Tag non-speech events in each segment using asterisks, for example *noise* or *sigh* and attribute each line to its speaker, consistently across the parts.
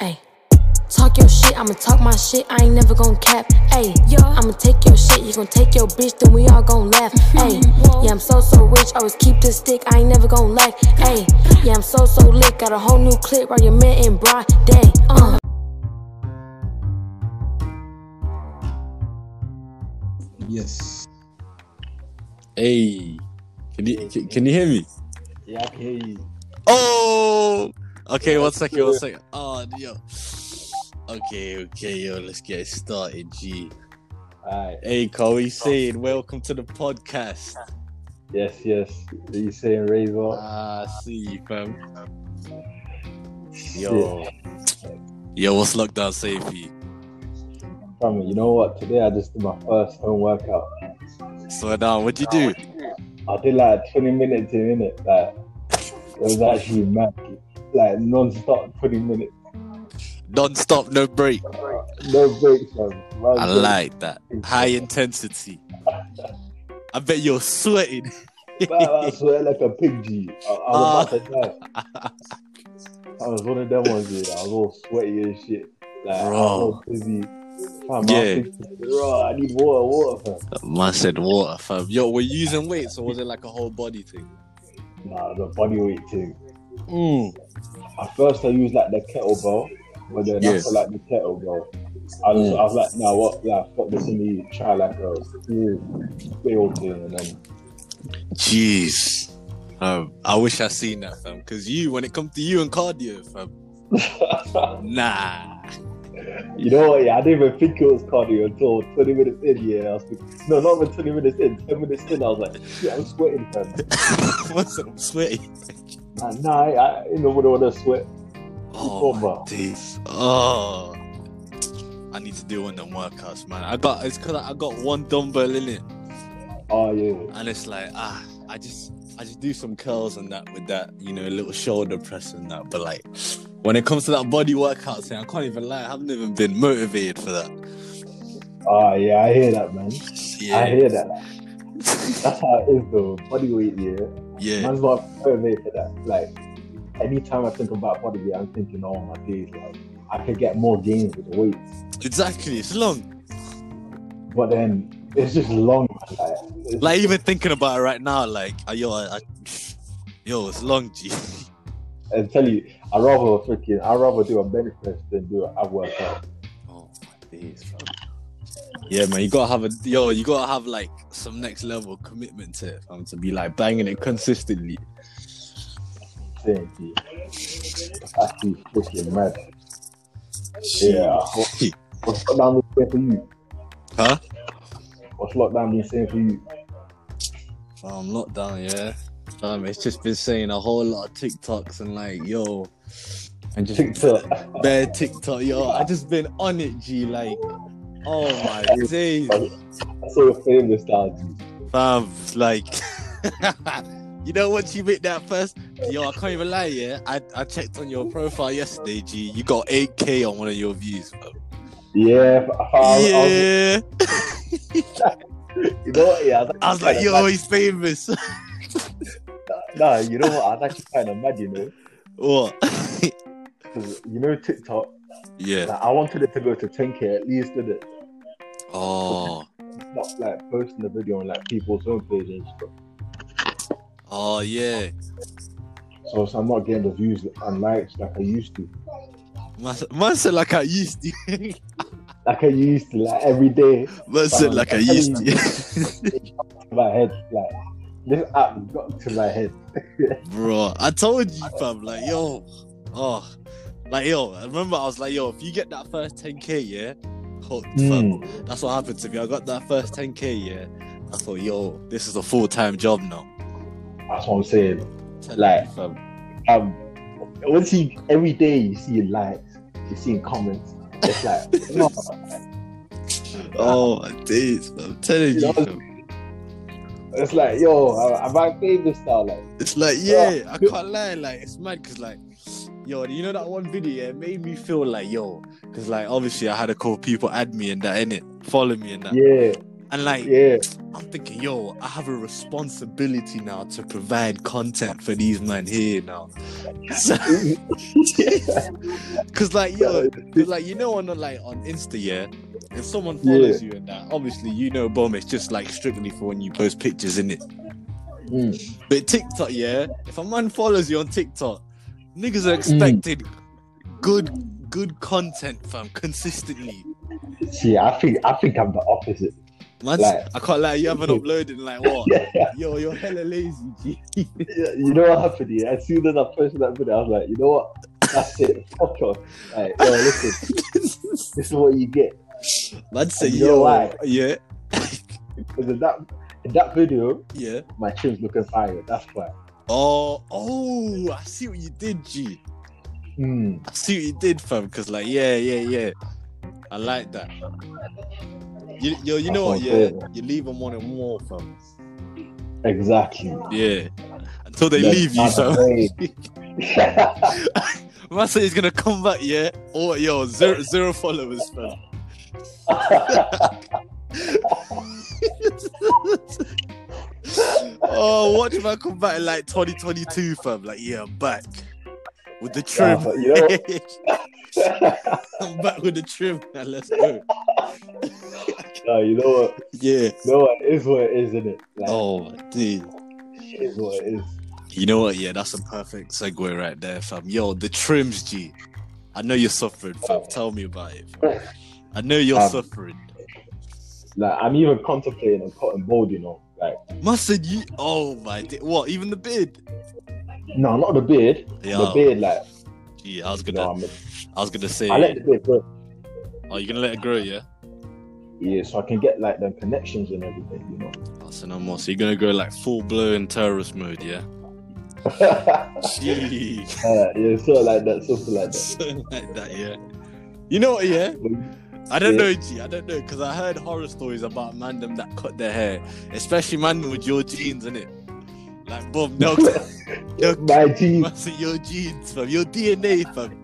Speaker 1: Ayy. Talk your shit, I'ma talk my shit, I ain't never gon' cap. Ayy, I'ma take your shit, you gon' take your bitch, then we all gon' laugh. Ayy, yeah, I'm so so rich, always keep this stick, I ain't never gon' lack. Ayy, yeah, I'm so so lit, got a whole new clip, right? Your man in broad day. Uh,
Speaker 2: Yes.
Speaker 3: Hey, can you can, can you hear me?
Speaker 2: Yeah, I can hear you.
Speaker 3: Oh, okay.
Speaker 2: Yeah,
Speaker 3: one
Speaker 2: it's
Speaker 3: second. One
Speaker 2: clear.
Speaker 3: second. Oh, yo. Okay, okay, yo. Let's get started, G.
Speaker 2: Alright.
Speaker 3: Hey, Corey, saying welcome to the podcast.
Speaker 2: Yes, yes. What you saying, Razor?
Speaker 3: Ah, see you, fam.
Speaker 2: Shit.
Speaker 3: Yo, yo, what's lockdown saying for you?
Speaker 2: Fam, you know what? Today I just did my first home workout.
Speaker 3: So now, what'd you do?
Speaker 2: I did like 20 minutes in minute. Like it was actually mad. Like non-stop 20 minutes.
Speaker 3: Non-stop, no break.
Speaker 2: No breaks, fam. Man,
Speaker 3: I
Speaker 2: break.
Speaker 3: like that. High intensity. I bet you're sweating. *laughs*
Speaker 2: Man, I swear like a pig G. I, I was about to die.
Speaker 3: Ah.
Speaker 2: I was one of them ones, dude. I was all sweaty and shit. Like, I was
Speaker 3: Bro.
Speaker 2: all busy. Fam,
Speaker 3: Yeah.
Speaker 2: I was thinking, Bro, I need water, water, fam.
Speaker 3: Man said water, fam. Yo, we're using weights, or was it like a whole body thing?
Speaker 2: Nah, the body weight thing.
Speaker 3: Mm.
Speaker 2: At first, I used like the kettlebell, but then
Speaker 3: Yeah.
Speaker 2: after like the kettlebell, I was,
Speaker 3: Mm.
Speaker 2: I was like, nah, what? Like, fuck this, let me try like a real build thing, and then
Speaker 3: Jeez. Um, I wish I seen that, fam. Because you, when it comes to you and cardio, fam, nah.
Speaker 2: *laughs*
Speaker 3: *laughs*
Speaker 2: you know what? Yeah, I didn't even think it was cardio until 20 minutes in. Yeah, I was like, no, not even 20 minutes in. 10 minutes in, I was like, shit, I'm sweating, fam.
Speaker 3: What's up? I'm sweating.
Speaker 2: Nah, nah, I, I ain't nobody want to sweat.
Speaker 3: Oh,
Speaker 2: Over.
Speaker 3: my days. Oh. I need to do one of them workouts, man. I got it's cause I I got one dumbbell in it,
Speaker 2: Oh yeah,
Speaker 3: and it's like ah, I just I just do some curls and that with that, you know, little shoulder press and that. But like, when it comes to that body workout thing, I can't even lie. I haven't even been motivated for that.
Speaker 2: oh yeah, I hear that, man. I hear that.
Speaker 3: Yeah,
Speaker 2: That's how it is, though. Body weight, yeah.
Speaker 3: yeah.
Speaker 2: Man's not motivated for that. Like, anytime I think about body weight, I'm thinking, oh my days, like, I could get more gains with the weight.
Speaker 3: Exactly, it's long.
Speaker 2: But then it's just long, man. Like, it's-
Speaker 3: Like even thinking about it right now, like uh, yo, I, I, yo, it's long, G. *laughs*
Speaker 2: I tell you, I rather freaking, I rather do a bench press than do a workout.
Speaker 3: Oh my days, bro. Yeah, man, you gotta have a yo, you gotta have like some next level commitment to it, fam, to be like banging it consistently. *laughs*
Speaker 2: Saying to you, that's just freaking mad. Yeah. What's lockdown been saying for you?
Speaker 3: huh?
Speaker 2: What's lockdown been saying for you? *laughs*
Speaker 3: From lockdown, yeah. Um, it's just been saying a whole lot of TikToks and like yo, and just
Speaker 2: TikTok.
Speaker 3: bare TikTok, yo. I just been on it, G. Like, oh my days.
Speaker 2: I saw your famous down.
Speaker 3: Fam, like, *laughs* you know, once you make that first, yo, I can't even lie, yeah. I, I checked on your profile yesterday, G. You got 8K on one of your views, bro.
Speaker 2: Yeah, I, I, I was,
Speaker 3: yeah.
Speaker 2: you know what? Yeah, I was,
Speaker 3: I was like,
Speaker 2: kinda
Speaker 3: yo, he's famous. *laughs*
Speaker 2: mad. Nah, you know what? I was actually kind of mad, you know?
Speaker 3: what? *laughs*
Speaker 2: 'Cause, you know TikTok. *laughs*
Speaker 3: Yeah.
Speaker 2: Like, I wanted it to go to 10k at least, did it?
Speaker 3: Oh.
Speaker 2: Not like posting the video on like people's homepage and stuff.
Speaker 3: Oh, yeah.
Speaker 2: So, so I'm not getting the views and likes like I used to.
Speaker 3: Man, man said like I used to. *laughs*
Speaker 2: Like I used to, like every day
Speaker 3: man said like I used *laughs* to.
Speaker 2: in my head, like this app got to my head.
Speaker 3: Bro, I told you, fam. Like, yo, oh, like, yo, I remember I was like, yo, if you get that first 10k, yeah, hooked, fam.
Speaker 2: Mm.
Speaker 3: That's what happened to me. I got that first 10k, yeah. I thought, yo, this is a full time job now.
Speaker 2: That's what I'm saying.
Speaker 3: Tell
Speaker 2: Like-
Speaker 3: you, fam.
Speaker 2: Um, once you every day you see likes, you see comments. It's like, *laughs* no,
Speaker 3: oh, my days, fam. I'm telling you,
Speaker 2: You know-
Speaker 3: fam.
Speaker 2: it's like, yo, am I famous now? Like,
Speaker 3: it's
Speaker 2: uh,
Speaker 3: like, yeah, I can't lie. Like, it's mad because, like, yo, you know that one video, yeah, it made me feel like, yo, because, like, obviously, I had a couple people add me and that, innit? Follow me and that.
Speaker 2: yeah,
Speaker 3: And like,
Speaker 2: Yeah.
Speaker 3: I'm thinking, yo, I have a responsibility now to provide content for these men here now. *laughs* Because like, yo, 'cause, like you know, on the, like on Insta, yeah, if someone follows you and that, obviously you know, bomb, it's just like strictly for when you post pictures in it.
Speaker 2: Mm.
Speaker 3: But TikTok, yeah, if a man follows you on TikTok, niggas are expecting good, good content, fam, consistently.
Speaker 2: See, I think I think I'm the opposite. *laughs*
Speaker 3: Man,
Speaker 2: Like-
Speaker 3: I can't lie, you haven't uploaded in like what? Yo, you're hella lazy, *laughs* G.
Speaker 2: Yeah, you know what happened here? As soon as I posted that video, I was like, you know what? That's it. *laughs* Fuck off. Like, yo, listen, this is what you get.
Speaker 3: Man said,
Speaker 2: You know
Speaker 3: yo,
Speaker 2: why?
Speaker 3: yeah,
Speaker 2: Because in that in that video,
Speaker 3: yeah.
Speaker 2: my chin's looking fire. That's why.
Speaker 3: Oh, oh, I see what you did, G.
Speaker 2: Mm.
Speaker 3: I see what you did, fam. Cause like, yeah, yeah, yeah. I like that. You, yo, you know what? Oh, Yeah, you leave them wanting more, fam.
Speaker 2: Exactly.
Speaker 3: Yeah, until they
Speaker 2: That's
Speaker 3: leave you, fam.
Speaker 2: not *laughs* great.
Speaker 3: Man said he's gonna come back, yeah. Oh, yo, zero, zero followers, fam. *laughs* oh, watch man come back in like 2022, fam. Like, yeah, I'm back with the trim.
Speaker 2: Yeah, but you know-
Speaker 3: *laughs* I'm back with the trim. Now let's go.
Speaker 2: no, you know what?
Speaker 3: Yeah.
Speaker 2: You know what? It is what it is, isn't it? Like,
Speaker 3: Oh, dude.
Speaker 2: it is what it is.
Speaker 3: You know what? Yeah, that's a perfect segue right there, fam. Yo, the trims, G. I know you're suffering, fam. Tell me about it. Fam. I know you're
Speaker 2: Um,
Speaker 3: suffering.
Speaker 2: Like, I'm even contemplating a cotton ball, you know? Like,
Speaker 3: Mustard, you. Oh my, di- what? Even the beard?
Speaker 2: no, not the beard.
Speaker 3: Yeah.
Speaker 2: The beard, like,
Speaker 3: Gee, I was
Speaker 2: you
Speaker 3: gonna,
Speaker 2: know, I'm a,
Speaker 3: I was gonna say.
Speaker 2: i let the beard grow.
Speaker 3: Oh, you're gonna let it grow, yeah?
Speaker 2: Yeah, so I can get like them connections and everything,
Speaker 3: *laughs*
Speaker 2: you know. *laughs*
Speaker 3: Oh, so no more. So you're gonna go like full blown terrorist mode,
Speaker 2: *laughs*
Speaker 3: yeah?
Speaker 2: uh,
Speaker 3: Gee,
Speaker 2: yeah, sort of like that, something like
Speaker 3: *laughs*
Speaker 2: that.
Speaker 3: something like that, yeah. You know what, yeah? I don't know, G. I don't know, because I heard horror stories about mandem that cut their hair, especially mandem with your jeans, innit? Like, boom, no, *laughs*
Speaker 2: My jeans,
Speaker 3: Must have your genes, fam. Your DNA, fam.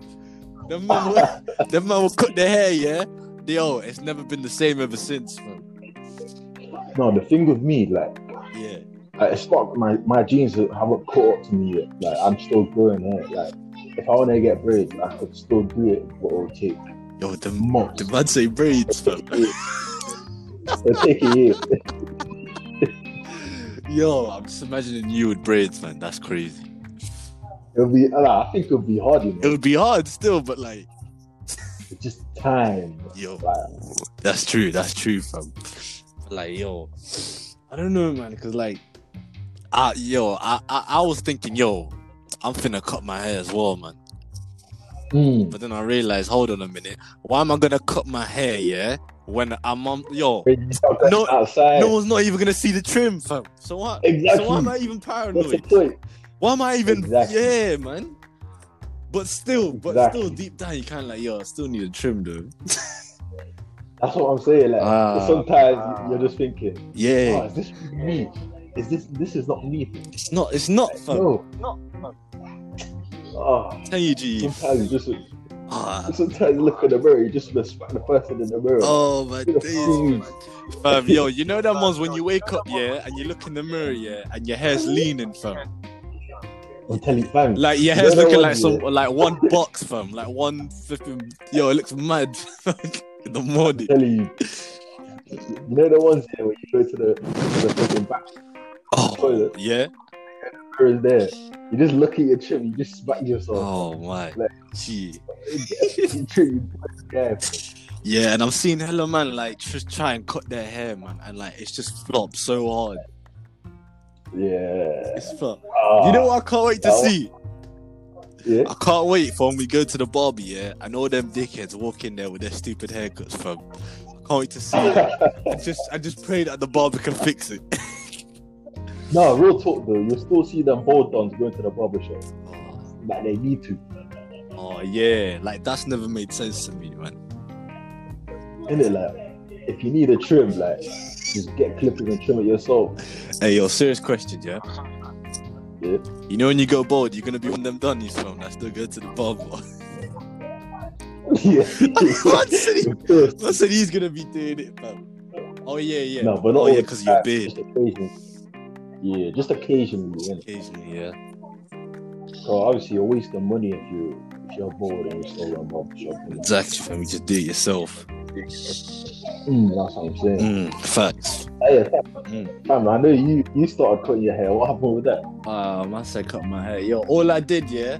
Speaker 3: The man, will, the man will cut their hair, yeah. Yo, it's never been the same ever since, fam.
Speaker 2: no, the thing with me, like,
Speaker 3: Yeah,
Speaker 2: like it's not my my jeans haven't caught up to me yet. Like, I'm still growing hair. Like, if I want to get braids, I could still do it, but it'll take
Speaker 3: yo, the
Speaker 2: months.
Speaker 3: the man say braids, fam.
Speaker 2: It'll take a year. *laughs*
Speaker 3: Yo, I'm just imagining you with braids, man. That's crazy.
Speaker 2: It'll be, like, I think it'll be hard, you
Speaker 3: It
Speaker 2: know.
Speaker 3: would be hard still, but like,
Speaker 2: It's just time.
Speaker 3: yo,
Speaker 2: Like,
Speaker 3: that's true. That's true, fam. Like, yo, I don't know, man, because like, I, yo, I, I, I was thinking, yo, I'm finna cut my hair as well, man.
Speaker 2: mm,
Speaker 3: But then I realized, hold on a minute, why am I gonna cut my hair, yeah? When I'm on, yo,
Speaker 2: when you start going
Speaker 3: No-
Speaker 2: outside.
Speaker 3: no one's not even gonna see the trim, fam. So what?
Speaker 2: Exactly.
Speaker 3: So why am I even
Speaker 2: That's the
Speaker 3: paranoid?
Speaker 2: point.
Speaker 3: Why am I even?
Speaker 2: Exactly.
Speaker 3: Yeah, man. But still, but
Speaker 2: Exactly.
Speaker 3: still, deep down, you kind of like, yo, I still need a trim, though.
Speaker 2: That's what I'm saying. Like,
Speaker 3: Ah.
Speaker 2: sometimes you're just thinking, Oh,
Speaker 3: Yeah,
Speaker 2: is this really me? Is this this is not me?
Speaker 3: it's not, it's not, fam.
Speaker 2: No, Oh,
Speaker 3: Tell you, G.
Speaker 2: sometimes you just
Speaker 3: Ah.
Speaker 2: sometimes you look in the mirror, you just respect the person in the mirror.
Speaker 3: Oh *laughs* my
Speaker 2: Look at
Speaker 3: days,
Speaker 2: things.
Speaker 3: fam. Yo, you know that ones when you wake up, yeah, and you look in the mirror, yeah, and your hair's leaning, fam.
Speaker 2: I'm telling you, fam.
Speaker 3: Like your
Speaker 2: You
Speaker 3: hair's
Speaker 2: know
Speaker 3: looking
Speaker 2: what,
Speaker 3: like some
Speaker 2: yeah?
Speaker 3: like one box, fam. Like one flipping yo, it looks mad *laughs* in the morning.
Speaker 2: I'm telling you. You know the ones there when you go to the to the fucking back
Speaker 3: Oh
Speaker 2: Toilet.
Speaker 3: yeah.
Speaker 2: mirror is there. You just look at your chin, you just smack yourself.
Speaker 3: Oh my. Gee. Oh.
Speaker 2: Your chin, you punch the air.
Speaker 3: Yeah, and I'm seeing hello man like just try and cut their hair, man, and like it's just flopped so hard.
Speaker 2: Yeah.
Speaker 3: It's flop.
Speaker 2: Ah,
Speaker 3: You know what I can't wait to
Speaker 2: that one-
Speaker 3: see?
Speaker 2: Yeah.
Speaker 3: I can't wait for when we go to the barber, yeah, and all them dickheads walk in there with their stupid haircuts, fam. I can't wait to see it. I just I just pray that the barber can fix it.
Speaker 2: no, real talk though. You still see them bald dons going to the barber shop. Like they need to.
Speaker 3: Oh yeah, like that's never made sense to me, man.
Speaker 2: Innit, like, if you need a trim, like, just get clippers and trim it yourself. *laughs*
Speaker 3: Hey, yo, serious question, yeah.
Speaker 2: Yeah.
Speaker 3: You know when you go bald, you're gonna be one of them dunnies from that still go to the barber. *laughs*
Speaker 2: *laughs* yeah.
Speaker 3: What city?
Speaker 2: Of course.
Speaker 3: What city's gonna be doing it, fam? Oh yeah, yeah.
Speaker 2: No, but not
Speaker 3: oh yeah,
Speaker 2: all the
Speaker 3: because your
Speaker 2: time,
Speaker 3: beard.
Speaker 2: Just occasionally. Yeah, just occasionally. innit?
Speaker 3: Occasionally, yeah.
Speaker 2: So obviously you're wasting money if you if you're bored and you're still on barber shopping.
Speaker 3: Exactly, fam. You just do it yourself.
Speaker 2: Mm, that's what I'm saying.
Speaker 3: Mm, facts.
Speaker 2: Hey, yeah, fam,
Speaker 3: Mm.
Speaker 2: fam, I know you you started cutting your hair. What happened with that?
Speaker 3: Um, I said cut my hair. Yo, all I did, yeah,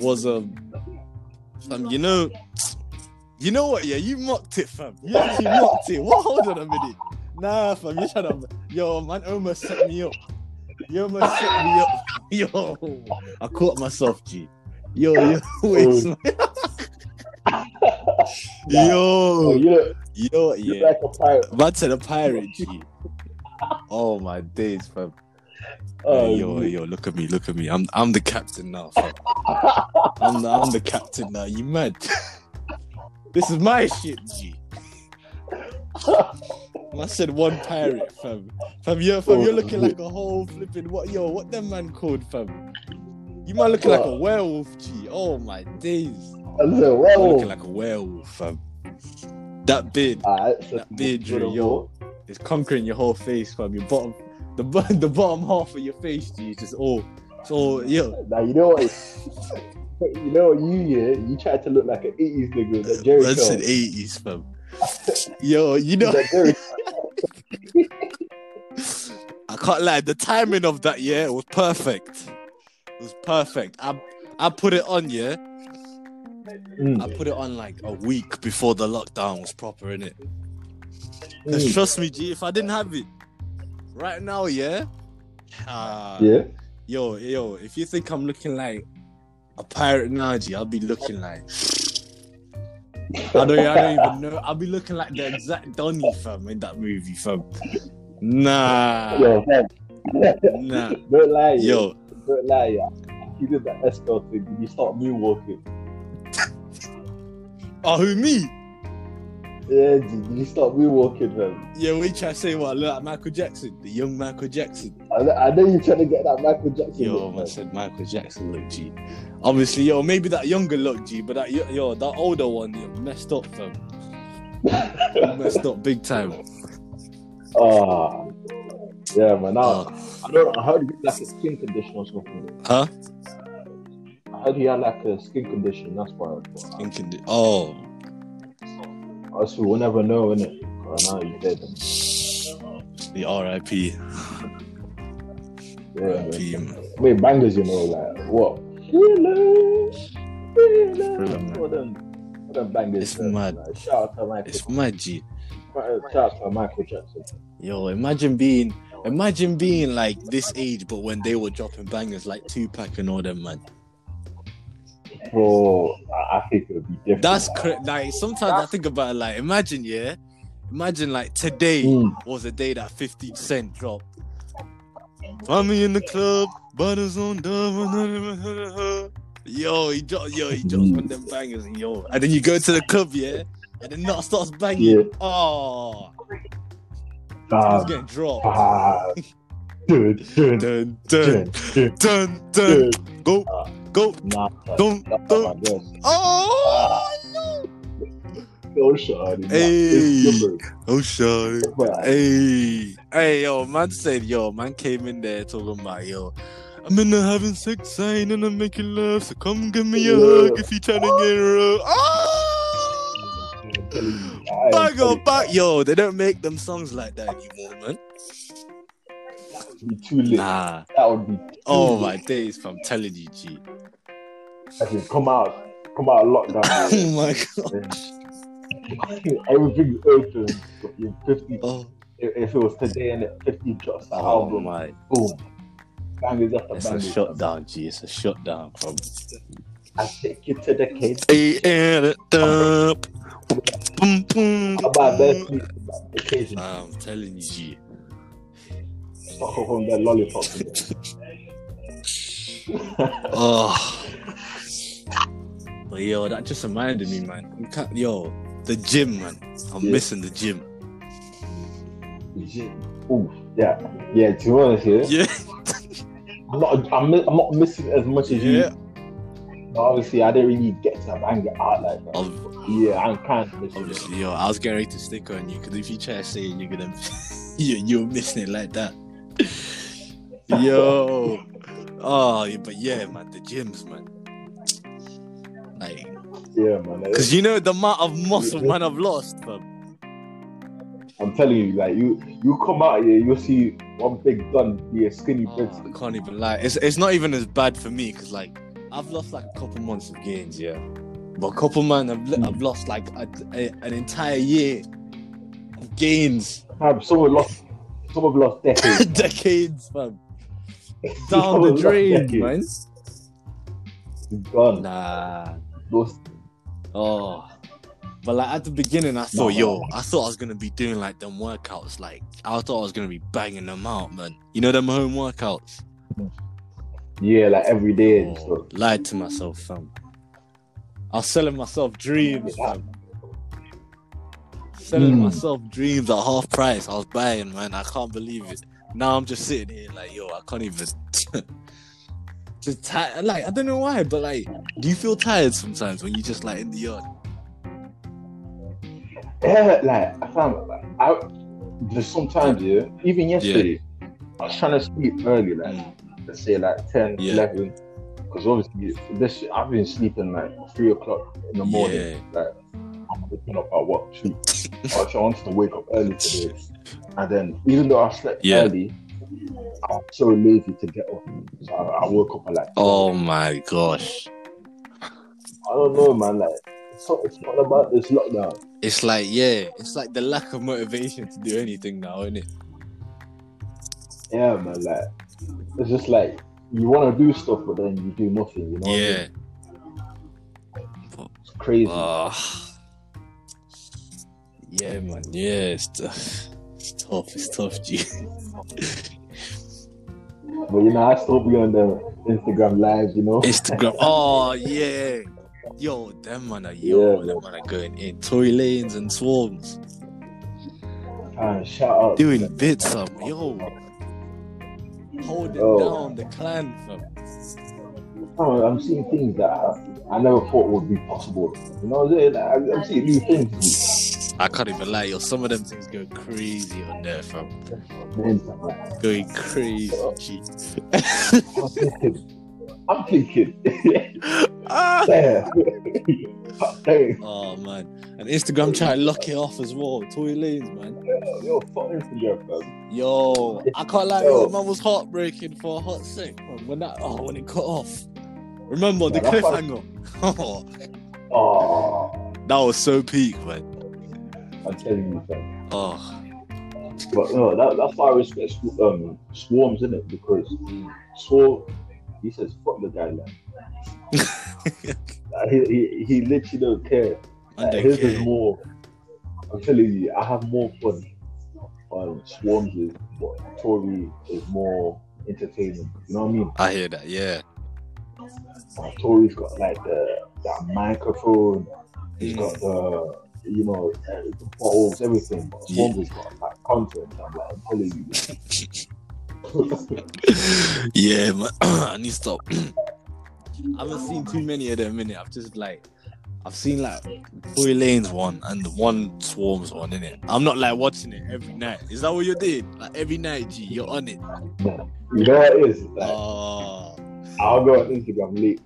Speaker 3: was um, fam, you know, you know what? Yeah, you mocked it, fam. You actually mocked it. What? Hold on a minute. Nah, fam, you shut up. Yo, man, almost set me up. You almost set me up. *laughs* Yo, I caught myself, G. Yo, yo, *laughs* wait,
Speaker 2: *laughs*
Speaker 3: man.
Speaker 2: Oh,
Speaker 3: yo,
Speaker 2: you look
Speaker 3: yo,
Speaker 2: you
Speaker 3: yeah.
Speaker 2: look like a pirate.
Speaker 3: Man said a pirate, G. Oh my days, fam.
Speaker 2: Oh,
Speaker 3: yo,
Speaker 2: you-
Speaker 3: yo, look at me, look at me. I'm I'm the captain now. fam. I'm the, I'm the captain now. You mad? this is my shit, G. I said one pirate, fam. Fam, yo, fam, you're looking like a whole flipping what? Yo, what that man called, fam? You man looking like a werewolf, G. Oh my days.
Speaker 2: I said,
Speaker 3: You're
Speaker 2: well,
Speaker 3: looking like a werewolf, fam. That beard
Speaker 2: alright, so
Speaker 3: that beard,
Speaker 2: you know
Speaker 3: yo.
Speaker 2: what?
Speaker 3: is conquering your whole face, fam. Your bottom, the *laughs* bo- the bottom half of your face, G. Is just all, it's all, yo.
Speaker 2: Now you know what? you know what you yeah, you tried to look like an eighties nigga with that Jerry
Speaker 3: Man
Speaker 2: curl.
Speaker 3: said eighties, fam. Yo, you know,
Speaker 2: That
Speaker 3: *laughs*
Speaker 2: Jerry-
Speaker 3: I can't lie. The timing of that, yeah, was perfect. It was perfect. I I put it on, yeah. I
Speaker 2: Mm,
Speaker 3: put it on like a week before the lockdown was proper, innit? Cause
Speaker 2: mm.
Speaker 3: trust me, G. If I didn't have it right now, yeah. Ah,
Speaker 2: Yeah.
Speaker 3: Yo, yo, if you think I'm looking like a pirate now, G, I'll be looking like. I don't, I don't even know. I'll be looking like the exact Donnie fam in that movie, fam. Nah,
Speaker 2: Yo, fam,
Speaker 3: nah.
Speaker 2: don't lie, yo.
Speaker 3: Yo,
Speaker 2: Don't lie, yeah. You did that escort thing. You start moonwalking.
Speaker 3: oh, who me?
Speaker 2: Yeah, G, you start moonwalking, man.
Speaker 3: Yeah, we try to say what? I look like Michael Jackson, the young Michael Jackson.
Speaker 2: I know, I know you're trying to get that Michael Jackson.
Speaker 3: Yo,
Speaker 2: look,
Speaker 3: man, I
Speaker 2: man.
Speaker 3: said Michael Jackson look G. Obviously, yo, maybe that younger look G, but that yo, yo that older one, yo, messed up, fam.
Speaker 2: *laughs*
Speaker 3: messed up big time.
Speaker 2: Ah. Yeah, man. Now,
Speaker 3: Uh,
Speaker 2: I don't know. I heard you had like a skin condition or something.
Speaker 3: huh?
Speaker 2: I heard you had like a skin condition. That's why. I
Speaker 3: Thinking, oh,
Speaker 2: Also, we'll never know, innit? Right now, you're dead.
Speaker 3: the RIP.
Speaker 2: Yeah, man.
Speaker 3: RIP, man.
Speaker 2: Wait, bangers, you know, like what? Thriller, thriller.
Speaker 3: man.
Speaker 2: What them, what them bangers?
Speaker 3: It's
Speaker 2: man.
Speaker 3: mad.
Speaker 2: Like, shout out to Michael.
Speaker 3: It's mad, G.
Speaker 2: shout out to Michael Jackson.
Speaker 3: Yo, imagine being, imagine being like this age, but when they were dropping bangers like Tupac and all them, man.
Speaker 2: Bro, I, I think it would be different.
Speaker 3: That's cra- like sometimes I think about it, like imagine, yeah, imagine like today
Speaker 2: Mm.
Speaker 3: was a day that 50 Cent dropped. Find me in the club, butters on the Yo, he dropped, yo,
Speaker 2: Hmm.
Speaker 3: he dropped one of them bangers, and yo, and then you go to the club, yeah, and then not starts banging. *laughs*
Speaker 2: Yeah.
Speaker 3: Oh, he's
Speaker 2: Damn.
Speaker 3: getting dropped.
Speaker 2: Ah, dude, dude,
Speaker 3: dun dun
Speaker 2: dude, dude,
Speaker 3: dun dun.
Speaker 2: dude.
Speaker 3: Go go
Speaker 2: Nah, that's
Speaker 3: dun
Speaker 2: not my
Speaker 3: dun.
Speaker 2: girl.
Speaker 3: Oh,
Speaker 2: Don't shout. Nah,
Speaker 3: Hey.
Speaker 2: it's different.
Speaker 3: oh, sorry.
Speaker 2: But,
Speaker 3: Hey, hey, yo, man said, yo, man came in there talking about, yo, I'm in there having sex, I ain't in there making love, so come give me a hug if you tryna get real. Oh,
Speaker 2: I'm telling you, I am
Speaker 3: bang
Speaker 2: telling
Speaker 3: on
Speaker 2: you,
Speaker 3: back, yo, they don't make them songs like that anymore, man.
Speaker 2: that would be Too late.
Speaker 3: Nah,
Speaker 2: That would be. Too
Speaker 3: oh
Speaker 2: late.
Speaker 3: my days, fam, telling you, G.
Speaker 2: I said, come out, come out of
Speaker 3: *laughs*
Speaker 2: lockdown.
Speaker 3: Oh my god.
Speaker 2: Everything's open. But you're 50,
Speaker 3: Oh,
Speaker 2: if if it was today and it 50 drops the
Speaker 3: oh
Speaker 2: album,
Speaker 3: my,
Speaker 2: boom. Bangers after
Speaker 3: it's a
Speaker 2: bangers.
Speaker 3: shutdown, G, it's a shutdown, fam.
Speaker 2: I take you to the cage.
Speaker 3: Hey, and it up. Boom, boom.
Speaker 2: How
Speaker 3: Mm.
Speaker 2: about that piece about the cage and
Speaker 3: I'm telling you, G.
Speaker 2: fuck home that lollipop?
Speaker 3: Oh. But yo, that just reminded me, man. You can't- yo, the gym, man. I'm
Speaker 2: Yeah.
Speaker 3: missing the gym.
Speaker 2: Ooh, yeah, yeah. To be honest, yeah,
Speaker 3: Yeah,
Speaker 2: *laughs* I'm not, I'm, mi- I'm not missing as much as
Speaker 3: yeah.
Speaker 2: you. But obviously, I didn't really get to bang it out like that.
Speaker 3: Ob-
Speaker 2: Yeah, I'm kind of
Speaker 3: *laughs*
Speaker 2: obviously.
Speaker 3: Obviously, yo, I was getting ready to stick on you because if you try to say it, you're gonna, *laughs* you, you're missing it like that. *laughs* yo, oh, yeah, but yeah, man, the gyms, man. Like,
Speaker 2: Yeah, man. like,
Speaker 3: cause you know the amount of muscle man I've lost, fam.
Speaker 2: I'm telling you, like you, you come out here, you'll see one big gun be a skinny
Speaker 3: Oh,
Speaker 2: bitch.
Speaker 3: I can't even lie. It's it's not even as bad for me, cause like I've lost like a couple months of gains, yeah. But a couple man, I've, li- I've lost like a, a- an entire year of gains. *laughs*
Speaker 2: Fam, someone lost, someone lost decades.
Speaker 3: decades, fam. Down
Speaker 2: Someone
Speaker 3: the
Speaker 2: lost
Speaker 3: drain,
Speaker 2: decades.
Speaker 3: man.
Speaker 2: Gone.
Speaker 3: Nah.
Speaker 2: Those-
Speaker 3: Oh. But like at the beginning, I thought,
Speaker 2: Nah.
Speaker 3: yo, I thought I was gonna be doing like them workouts. Like I thought I was gonna be banging them out, man. You know them home workouts.
Speaker 2: yeah, like every day and stuff.
Speaker 3: Oh, lied to myself, fam. I was selling myself dreams, fam. Selling
Speaker 2: Mm.
Speaker 3: myself dreams at half price. I was buying, man. I can't believe it. Now I'm just sitting here like, yo, I can't even. *laughs* just tired. Like I don't know why, but like, do you feel tired sometimes when you just like in the yard?
Speaker 2: Yeah, like I found like, I just sometimes yeah, even yesterday, I was trying to sleep early, like let's say like 10,
Speaker 3: Hmm. Yeah.
Speaker 2: 11. Because obviously this I've been sleeping like three o'clock in the morning. Like I'm waking up at what two?
Speaker 3: *laughs*
Speaker 2: Actually, I wanted to wake up early today. And then even though I slept
Speaker 3: Yeah.
Speaker 2: early, I was so lazy to get up. So I, I woke up at like
Speaker 3: Oh my gosh. Oh.
Speaker 2: I don't know man, like it's not, it's not about this lockdown.
Speaker 3: It's like yeah, it's like the lack of motivation to do anything now, isn't it?
Speaker 2: Yeah man, like it's just like you wanna do stuff but then you do nothing, you know? what I mean?
Speaker 3: Yeah.
Speaker 2: It's crazy.
Speaker 3: Ah. yeah, man. Yeah, it's tough. It's tough. It's tough, G.
Speaker 2: But you know, I still be on the Instagram live, you know.
Speaker 3: *laughs* Instagram. Oh yeah. Yo, them man are yo, them man are going in toy lanes and swarms,
Speaker 2: And shout out
Speaker 3: doing bits, fam. Yo, holding
Speaker 2: Yo.
Speaker 3: down the clan, fam.
Speaker 2: Oh, I'm seeing things that I, I never thought would be possible. You know what I'm saying? Like, I'm- I'm seeing new things.
Speaker 3: I can't even lie, yo. Some of them things go crazy on there, fam.
Speaker 2: Man, like,
Speaker 3: Going crazy, G.
Speaker 2: I'm thinking, I'm thinking,
Speaker 3: Ah!
Speaker 2: damn, damn,
Speaker 3: Oh man, and Instagram trying to lock it off as well. Toy lanes, man.
Speaker 2: yo, fuck Instagram, fam.
Speaker 3: Yo, I can't lie,
Speaker 2: Yo.
Speaker 3: yo. man was heartbreaking for a hot sec man, when that oh when it cut off. Remember the
Speaker 2: Yeah, that's why-
Speaker 3: cliffhanger? *laughs* Oh,
Speaker 2: Oh,
Speaker 3: that was so peak, man.
Speaker 2: I'm telling you, fam.
Speaker 3: Oh,
Speaker 2: But no, that, that's why I respect sw- um, swarms, is it? Because uh, swarm, he says, fuck the guy, man. Like, he, he, he literally don't care.
Speaker 3: I
Speaker 2: Like,
Speaker 3: don't
Speaker 2: his
Speaker 3: care.
Speaker 2: is more. I'm telling you, I have more fun on Swarms is what Tory is more entertaining. You know what I mean?
Speaker 3: I hear that. Yeah, *clears throat*
Speaker 2: Like, Tory's got like the that microphone. He's
Speaker 3: Mm.
Speaker 2: got the you know uh, the bottles, everything. But
Speaker 3: Yeah.
Speaker 2: Swarms has got like content. I'm like, I'm telling you. *laughs*
Speaker 3: yeah, man. *clears throat* I need to stop. I haven't seen too many of them in it. I've just like. I've seen like Toy Lanes one and the one Swarms one in it. I'm not like watching it every night. Is that what you're doing? Like every night, G, you're on it.
Speaker 2: You know what it is? Like,
Speaker 3: Oh,
Speaker 2: I'll go on Instagram late,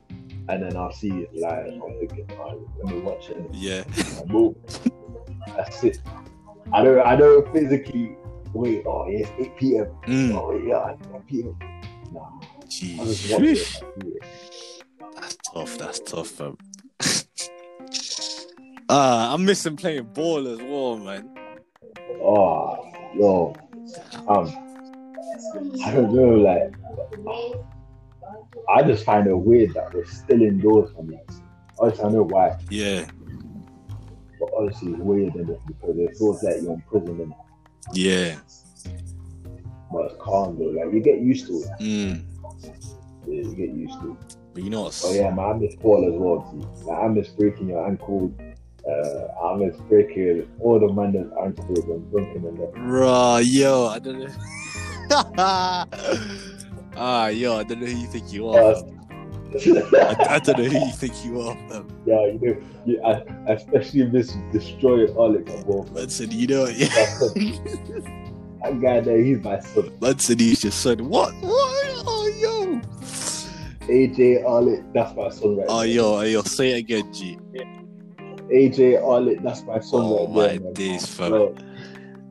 Speaker 2: and then I'll see it live. I'm thinking, oh, let me watch it.
Speaker 3: yeah.
Speaker 2: I move. That's it. I don't I don't physically wait, oh yeah, it's 8 p.m.
Speaker 3: Mm.
Speaker 2: Oh yeah, it's 8 p.m. Nah, I just watch
Speaker 3: Jeez.
Speaker 2: it. Yeah.
Speaker 3: That's tough. That's tough, fam. *laughs* Ah, I'm missing playing ball as well, man.
Speaker 2: Oh yo. Um I don't know, like I just find it weird that we're still indoors for me. Honestly, I know why,
Speaker 3: Yeah,
Speaker 2: but obviously it's weird in it because it feels like you're in prison and
Speaker 3: yeah.
Speaker 2: but it's calm though. Like you get used to it.
Speaker 3: Mm.
Speaker 2: Yeah, you get used to it.
Speaker 3: But you know what's
Speaker 2: Oh yeah, man, I miss Paul as well. Too. Like, I miss breaking your ankle. Uh, I miss breaking all the man's ankles and dunking them. Like,
Speaker 3: Bruh, yo, I don't *laughs* know. ah, yo, I don't know who you think you are.
Speaker 2: uh, yeah,
Speaker 3: I, I don't know who you think you are, fam.
Speaker 2: you know, *laughs* yeah, I- I, especially if this destroyer Alex, bro.
Speaker 3: Man said, you know what? Yeah.
Speaker 2: That guy there, he's my son.
Speaker 3: Man said he's your son. What? What? Oh, yo.
Speaker 2: AJ Alex, that's my son right
Speaker 3: Oh, yo, oh, yo. Say it again, G.
Speaker 2: there. AJ Alex, that's my son
Speaker 3: Oh,
Speaker 2: right
Speaker 3: my
Speaker 2: there. man.
Speaker 3: days, fam.
Speaker 2: Bro,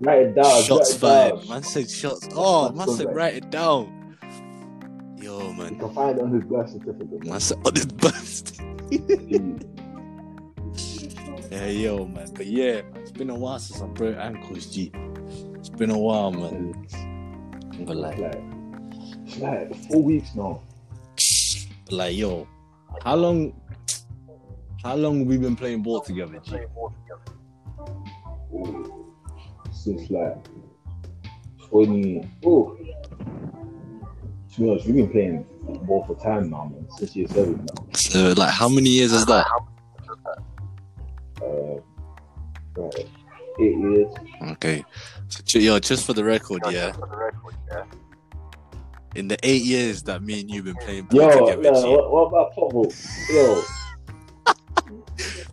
Speaker 2: write it down.
Speaker 3: shots
Speaker 2: write it down.
Speaker 3: fired. Man said shots. Oh, man said write it down. Yo,
Speaker 2: You
Speaker 3: man.
Speaker 2: can find it on his birth certificate.
Speaker 3: Man said *laughs* on his birthday.
Speaker 2: man.
Speaker 3: Yeah, yo, man. But yeah, man, it's been a while since I broke ankles, G. It's been a while, man. But like,
Speaker 2: like, it's like four weeks now.
Speaker 3: but like, yo, how long? How long we been playing ball together, G?
Speaker 2: Ooh. Since like 20. Oh. To be honest, we've been playing ball for time now, man. Since year seven now.
Speaker 3: So like, how many years is that?
Speaker 2: Uh, right. Eight years.
Speaker 3: Okay, so ju- yo, just for the record, yeah. In the eight years that me and you been playing ball
Speaker 2: Yo,
Speaker 3: together,
Speaker 2: nah,
Speaker 3: G.
Speaker 2: what, what about football? Yo,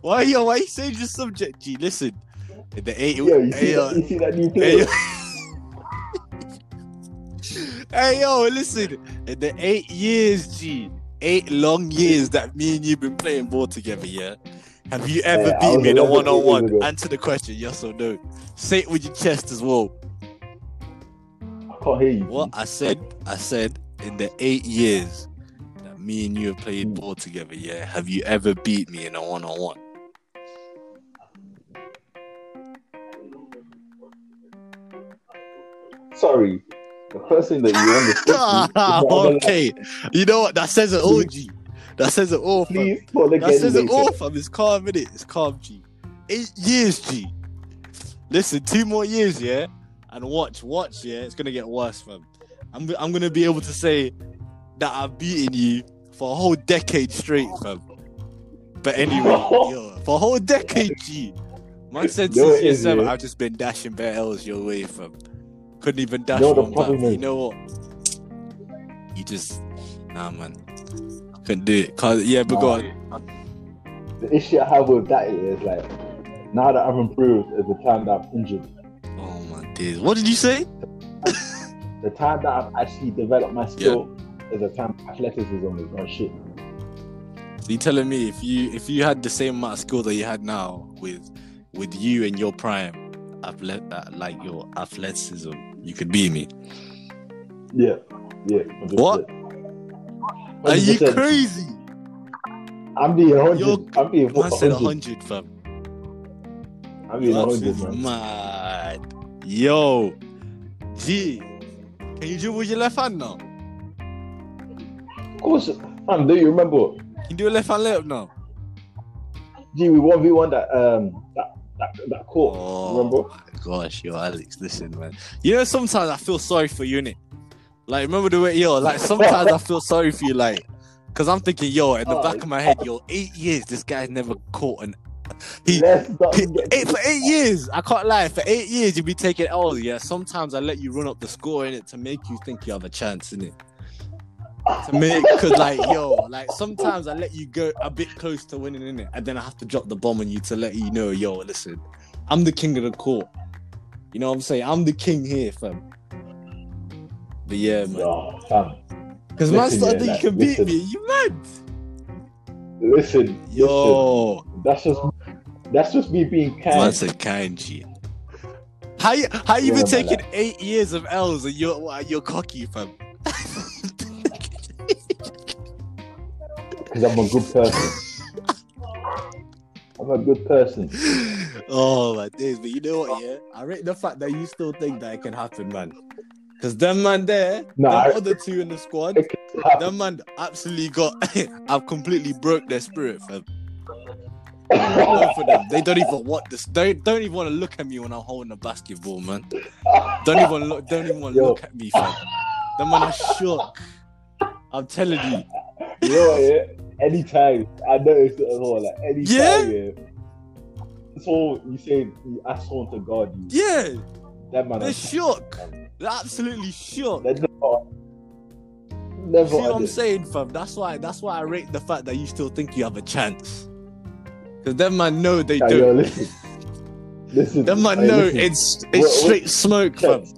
Speaker 3: Why, yo, why you change the subject, G? Listen, in the eight,
Speaker 2: yo, you see,
Speaker 3: hey, yo,
Speaker 2: that, you see that new
Speaker 3: hey, uh, yo.
Speaker 2: player?
Speaker 3: *laughs* Hey, yo, listen, in the eight years, G, eight long years that me and you been playing ball together, yeah. Have you ever
Speaker 2: Yeah, I
Speaker 3: beat
Speaker 2: was
Speaker 3: me in a
Speaker 2: 11 years
Speaker 3: one-on-one?
Speaker 2: ago.
Speaker 3: Answer the question, yes or no. Say it with your chest as well.
Speaker 2: I can't hear you.
Speaker 3: What I said, I said, in the eight years that me and you have played ball together, yeah, have you ever beat me in a
Speaker 2: *laughs*
Speaker 3: one-on-one? *laughs*
Speaker 2: Sorry. The person that
Speaker 3: *laughs*
Speaker 2: you understood. is not on the line.
Speaker 3: okay. You know what? That says it all, G. That says it all, fam.
Speaker 2: Please call again.
Speaker 3: That says it
Speaker 2: later.
Speaker 3: all, fam. It's calm, innit? It's calm, G. Eight years, G. Listen, two more years, yeah? And watch, watch, yeah? It's gonna get worse, fam. I'm, I'm gonna be able to say that I've beaten you for a whole decade straight, fam. But
Speaker 2: *laughs*
Speaker 3: anyway, yo, for a whole decade, G. Man said
Speaker 2: No,
Speaker 3: since
Speaker 2: it
Speaker 3: year
Speaker 2: is,
Speaker 3: seven,
Speaker 2: yeah.
Speaker 3: I've just been dashing bare L's your way, fam. Couldn't even dash
Speaker 2: No, the
Speaker 3: one back.
Speaker 2: problem
Speaker 3: You
Speaker 2: is-
Speaker 3: know what? You just, nah, man. I couldn't do it. Cause, yeah, but go
Speaker 2: Nah.
Speaker 3: on.
Speaker 2: The issue I have with that is like, now that I've improved is the time that I'm injured.
Speaker 3: Oh my days. What did you say?
Speaker 2: The time that I've actually developed my skill is the time athleticism is not shit.
Speaker 3: So you telling me if you if you had the same amount of skill that you had now with with you and your prime athlete, uh, like your athleticism, you could beat me.
Speaker 2: Yeah, yeah. 100%.
Speaker 3: What? Are you
Speaker 2: 100%.
Speaker 3: crazy?
Speaker 2: I'm being 100.
Speaker 3: You're-
Speaker 2: I'm being
Speaker 3: Man said
Speaker 2: 100.
Speaker 3: hundred, fam.
Speaker 2: I'm being
Speaker 3: You're
Speaker 2: 100,
Speaker 3: absolutely
Speaker 2: man.
Speaker 3: mad. Yo, G, can you dribble with your left hand now? Can
Speaker 2: Of course, man. Do you remember?
Speaker 3: you do a left hand layup now?
Speaker 2: Gee, we one v one that um that that, that court. remember?
Speaker 3: Oh my gosh, yo, Alex, listen, man. You know, sometimes I feel sorry for you, innit? Like, remember the way, yo, like, sometimes I feel sorry for you, like, because I'm thinking, yo, in the
Speaker 2: Oh,
Speaker 3: back of my head, yo, eight years, this guy's never caught an. He,
Speaker 2: Let's not
Speaker 3: he- *laughs*
Speaker 2: get
Speaker 3: eight, for eight years, I can't lie, for eight years, you be taking L's, yeah? Sometimes I let you run up the score, innit, to make you think you have a chance, innit? To make, because, like, yo, like, sometimes I let you go a bit close to winning, innit? And then I have to drop the bomb on you to let you know, yo, listen, I'm the king of the court. You know what I'm saying? I'm the king here, fam. But yeah, man.
Speaker 2: Nah, Oh, fam.
Speaker 3: Because man
Speaker 2: Listen,
Speaker 3: started
Speaker 2: yeah,
Speaker 3: thinking you can beat
Speaker 2: like,
Speaker 3: me. You mad?
Speaker 2: Listen, listen.
Speaker 3: Yo.
Speaker 2: That's just that's just me being
Speaker 3: Man
Speaker 2: kind.
Speaker 3: said kind G. How you how you
Speaker 2: Yeah,
Speaker 3: been
Speaker 2: man,
Speaker 3: taking eight years of L's and you're what, you're cocky, fam?
Speaker 2: Because I'm a good person. I'm a good person.
Speaker 3: Oh my days, but you know what, yeah? I rate the fact that you still think that it can happen, man. Cause them man there,
Speaker 2: Nah,
Speaker 3: them
Speaker 2: I-
Speaker 3: other two in the squad,
Speaker 2: It can happen.
Speaker 3: them man absolutely got *laughs* I've completely broke their spirit, fam. both of them. They don't even want this. They don't even want to look at me when I'm holding the basketball, man. Don't even look. Don't even want to
Speaker 2: Yo.
Speaker 3: look at me, fam. That man is shook. I'm telling you.
Speaker 2: you know what, yeah? Anytime I noticed it at all, like anytime.
Speaker 3: Yeah?
Speaker 2: Yeah. So you say you ask someone to guard you.
Speaker 3: Yeah,
Speaker 2: That man.
Speaker 3: they're
Speaker 2: is-
Speaker 3: shook. They're absolutely shook.
Speaker 2: They're not. Never.
Speaker 3: See
Speaker 2: I
Speaker 3: what I'm
Speaker 2: did.
Speaker 3: saying, fam? That's why. That's why I rate the fact that you still think you have a chance. Because them man know they
Speaker 2: Hey, yo,
Speaker 3: do.
Speaker 2: listen. Listen.
Speaker 3: Them man
Speaker 2: hey,
Speaker 3: know
Speaker 2: listen.
Speaker 3: it's
Speaker 2: Wait, wait.
Speaker 3: it's straight smoke, fam.
Speaker 2: Chance.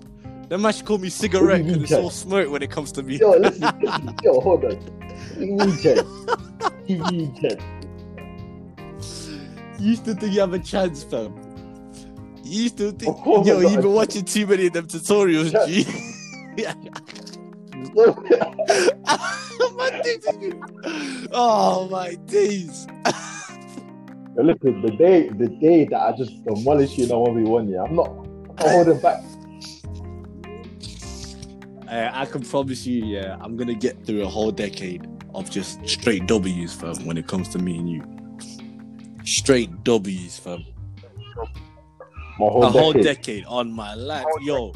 Speaker 3: Them man should call me cigarette
Speaker 2: mean
Speaker 3: because it's
Speaker 2: chance?
Speaker 3: all smoke when it comes to me.
Speaker 2: Yo, listen. listen. Yo, hold on. What do You mean chance? What do You mean chance?
Speaker 3: You still think you have a chance, fam? You still think?
Speaker 2: Of course
Speaker 3: Yo,
Speaker 2: I-
Speaker 3: you've been watching too many of them tutorials,
Speaker 2: Yeah.
Speaker 3: G. *laughs*
Speaker 2: No.
Speaker 3: my days has been- Oh my days.
Speaker 2: Yo, listen. The day, the day that I just demolish you in a one v one, yeah, I'm not. I'm not holding back.
Speaker 3: Uh, I can promise you, yeah, I'm gonna get through a whole decade of just straight W's, fam. When it comes to me and you, straight W's, fam.
Speaker 2: My whole
Speaker 3: a whole
Speaker 2: decade.
Speaker 3: decade on my life, yo.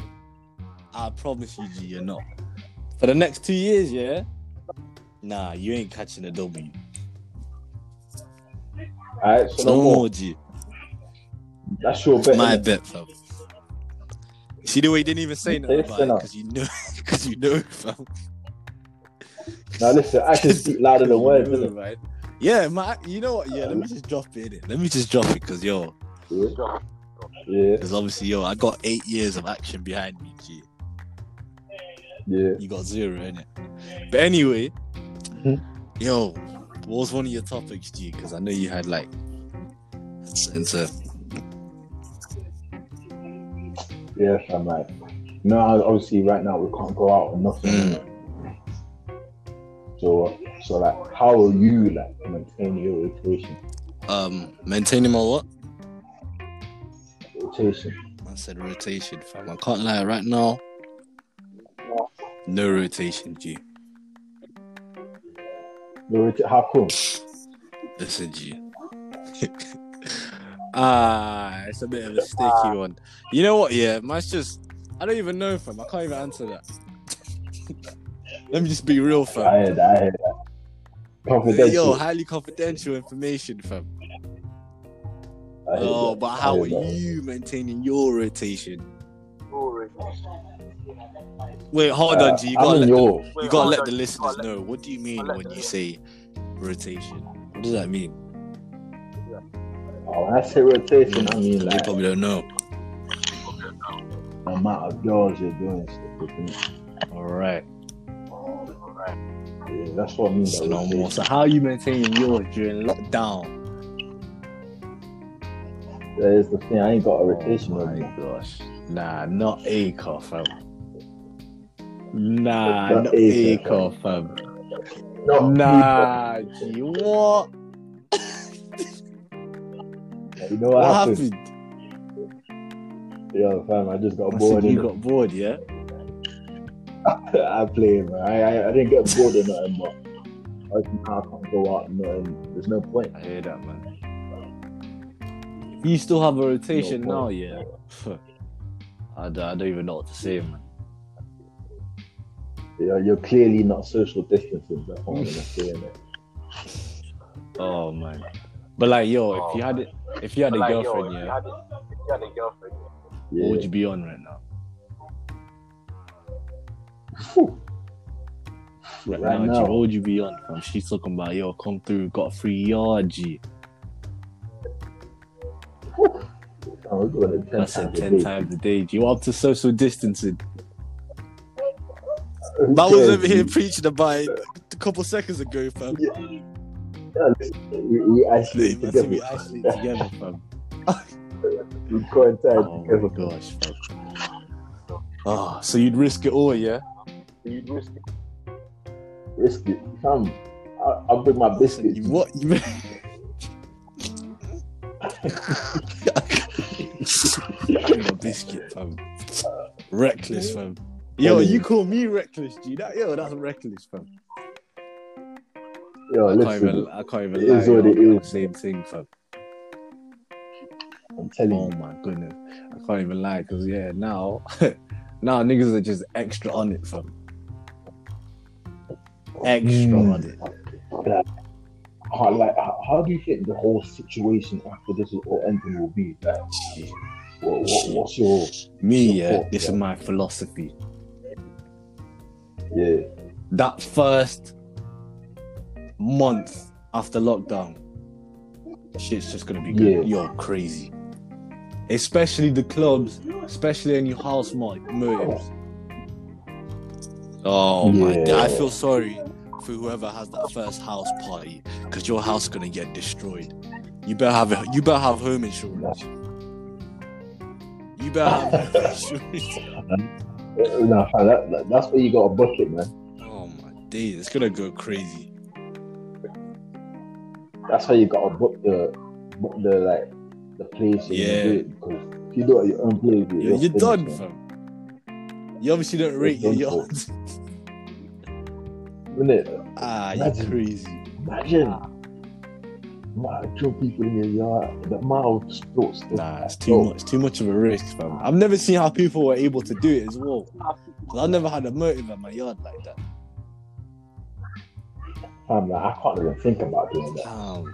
Speaker 3: I promise you, G, you're not. For the next two years, yeah. Nah, you ain't catching a W.
Speaker 2: Alright, so no
Speaker 3: No
Speaker 2: more.
Speaker 3: more, G.
Speaker 2: That's your bet.
Speaker 3: My
Speaker 2: innit?
Speaker 3: bet, fam. See the way you didn't even say nothing about it
Speaker 2: Listen up.
Speaker 3: because you *laughs* know, because you know, fam.
Speaker 2: Now listen, I can speak louder than words.
Speaker 3: Yeah, *laughs*
Speaker 2: innit?
Speaker 3: right? Yeah, man. You know what? Yeah, let me just drop it in it. Let me just drop it because yo,
Speaker 2: Yeah. yeah,
Speaker 3: because obviously yo, I got eight years of action behind me. G,
Speaker 2: yeah.
Speaker 3: you got zero in it. But anyway,
Speaker 2: Mhm.
Speaker 3: yo, what was one of your topics, G? Because I know you had like, it's, it's a
Speaker 2: Yes, I'm like, no, obviously right now we can't go out and nothing. So, uh, so like, how are you like maintain your rotation?
Speaker 3: um maintaining my what?
Speaker 2: Rotation.
Speaker 3: I said rotation, fam. I can't lie. Right now, no rotation, G.
Speaker 2: Your rota- how come?
Speaker 3: Listen, G. *laughs* ah, it's a bit of a
Speaker 2: Ah.
Speaker 3: sticky one. You know what? Yeah, mine's just. I don't even know, fam. I can't even answer that. *laughs* Let me just be real,
Speaker 2: I
Speaker 3: fam.
Speaker 2: heard, I heard that. Confidential.
Speaker 3: Yo, highly confidential information, fam.
Speaker 2: I heard
Speaker 3: Oh,
Speaker 2: that.
Speaker 3: but
Speaker 2: I
Speaker 3: how are
Speaker 2: heard that.
Speaker 3: you maintaining your rotation? Wait, hold
Speaker 2: Uh,
Speaker 3: on, G. You
Speaker 2: I'm
Speaker 3: gotta,
Speaker 2: in
Speaker 3: let,
Speaker 2: your-
Speaker 3: the, you gotta let the listeners know. What do you mean when you say rotation? What does that mean?
Speaker 2: Oh, when I say rotation, I mean
Speaker 3: They
Speaker 2: like
Speaker 3: probably don't know.
Speaker 2: the amount of girls you're doing stuff with. innit?
Speaker 3: All right.
Speaker 2: Yeah, that's what I mean.
Speaker 3: So
Speaker 2: by
Speaker 3: no more.
Speaker 2: rotation.
Speaker 3: So how are you maintaining yours during lockdown?
Speaker 2: That is the thing. I ain't
Speaker 3: Oh
Speaker 2: got a rotation right now.
Speaker 3: gosh. Nah, not ACOF, fam. Nah,
Speaker 2: Not
Speaker 3: not
Speaker 2: Acre.
Speaker 3: ACOF, fam.
Speaker 2: No,
Speaker 3: Nah, G, what?
Speaker 2: You know what,
Speaker 3: What
Speaker 2: happened?
Speaker 3: happened?
Speaker 2: Yo, fam, I just got
Speaker 3: I
Speaker 2: bored.
Speaker 3: said you
Speaker 2: innit?
Speaker 3: got bored, yeah?
Speaker 2: *laughs* I play, man. I, I, I didn't get bored or nothing, but I just I can't go out and nothing. There's no point.
Speaker 3: I hear that, man. You still have a rotation
Speaker 2: No
Speaker 3: now,
Speaker 2: point.
Speaker 3: yeah? I don't, I don't even know what to say, man.
Speaker 2: You're, you're clearly not social distancing. That's all I'm saying.
Speaker 3: Oh, man. But like, yo,
Speaker 2: Oh,
Speaker 3: if you had it, if you had a girlfriend, yeah, what
Speaker 2: Yeah.
Speaker 3: would you be on right now?
Speaker 2: Phew.
Speaker 3: Right,
Speaker 2: Right
Speaker 3: now, G,
Speaker 2: now.
Speaker 3: what would you be on? Fam? She's talking about yo, come through, got a free yard, G.
Speaker 2: I was doing it Oh, ten
Speaker 3: That's it,
Speaker 2: times a
Speaker 3: ten
Speaker 2: day.
Speaker 3: times a day, G. What up to social distancing?
Speaker 2: Who
Speaker 3: That was
Speaker 2: cares,
Speaker 3: over here
Speaker 2: dude?
Speaker 3: preaching about it a couple seconds ago, fam.
Speaker 2: Yeah, listen, we, we
Speaker 3: Hey,
Speaker 2: isolated
Speaker 3: man, so
Speaker 2: together.
Speaker 3: we actually together, fam.
Speaker 2: We quarantined
Speaker 3: Oh my
Speaker 2: *laughs* together.
Speaker 3: gosh, fam. Oh, so you'd risk it all, yeah?
Speaker 2: Risk it, fam. I- I'll bring my biscuits.
Speaker 3: You what? You... *laughs* Give me a biscuit, fam. Reckless, fam. Yo, you call me reckless, G. That, yo, that's reckless, fam.
Speaker 2: Yo,
Speaker 3: I can't
Speaker 2: listen,
Speaker 3: even, I can't even
Speaker 2: Oh, it
Speaker 3: lie.
Speaker 2: is what
Speaker 3: yo,
Speaker 2: it
Speaker 3: I'm
Speaker 2: is.
Speaker 3: Same thing, fam.
Speaker 2: I'm telling
Speaker 3: Oh
Speaker 2: you.
Speaker 3: my goodness, I can't even lie, cause yeah, now, *laughs* now niggas are just extra on it, fam. Extra on
Speaker 2: Mm.
Speaker 3: it.
Speaker 2: Like, uh, how, like, how, how do you think the whole situation after this is all ending will be? Like, what, what, what's your
Speaker 3: Me,
Speaker 2: Your
Speaker 3: yeah,
Speaker 2: thought,
Speaker 3: this
Speaker 2: yeah.
Speaker 3: is my philosophy.
Speaker 2: yeah?
Speaker 3: that first month after lockdown, shit's just gonna be good.
Speaker 2: Yeah.
Speaker 3: You're crazy. Especially the clubs, especially any house mo- motives. Oh my
Speaker 2: Yeah.
Speaker 3: god, I feel sorry for whoever has that first house party because your house gonna get destroyed. You better have a, you better have home insurance. You better have home
Speaker 2: *laughs*
Speaker 3: insurance.
Speaker 2: Uh, Nah, fam, that, that, that's where you got to book it, man.
Speaker 3: Oh my days, it's gonna go crazy.
Speaker 2: That's how you got to book the book the like the place. and
Speaker 3: Yeah.
Speaker 2: do it, because if you do it at your own place,
Speaker 3: You're, you're done, fam. You obviously don't rate your
Speaker 2: done
Speaker 3: yards. *laughs*
Speaker 2: Isn't it?
Speaker 3: Ah, you're
Speaker 2: Imagine.
Speaker 3: crazy.
Speaker 2: Imagine. Wow, two people in your yard. The amount of sports. that-
Speaker 3: Nah, it's too much. Too much of a risk, fam. I've never seen how people were able to do it as well. 'Cause I've never had a motive at my yard like that.
Speaker 2: Fam, like, I can't even think about doing that
Speaker 3: Damn.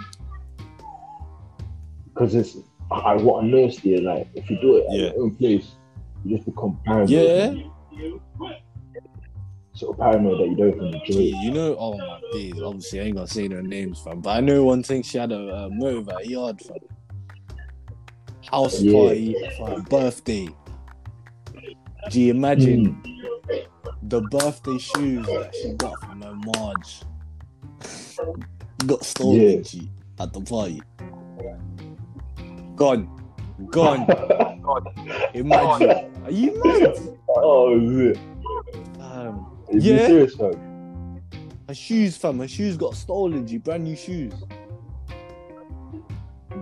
Speaker 2: because it's. I, I what I noticed is like if you do it at
Speaker 3: Yeah.
Speaker 2: your own place, you just become paranoid.
Speaker 3: Yeah.
Speaker 2: Sort of paranoid that you don't even enjoy
Speaker 3: Yeah, you know, oh my days. Obviously, I ain't gonna say no names, fam. But I know one thing: she had a, a motive at her yard, fam. House
Speaker 2: Yeah.
Speaker 3: party for her birthday. Do you
Speaker 2: it.
Speaker 3: imagine the birthday shoes that she got from her Marge got stolen
Speaker 2: Yeah.
Speaker 3: G, at the party. Gone. Gone. Imagine. Are you mad?
Speaker 2: *laughs* oh, is it?
Speaker 3: Um,
Speaker 2: Is
Speaker 3: Yeah.
Speaker 2: you serious, man?
Speaker 3: her shoes, fam. Her shoes got stolen G. Brand new shoes.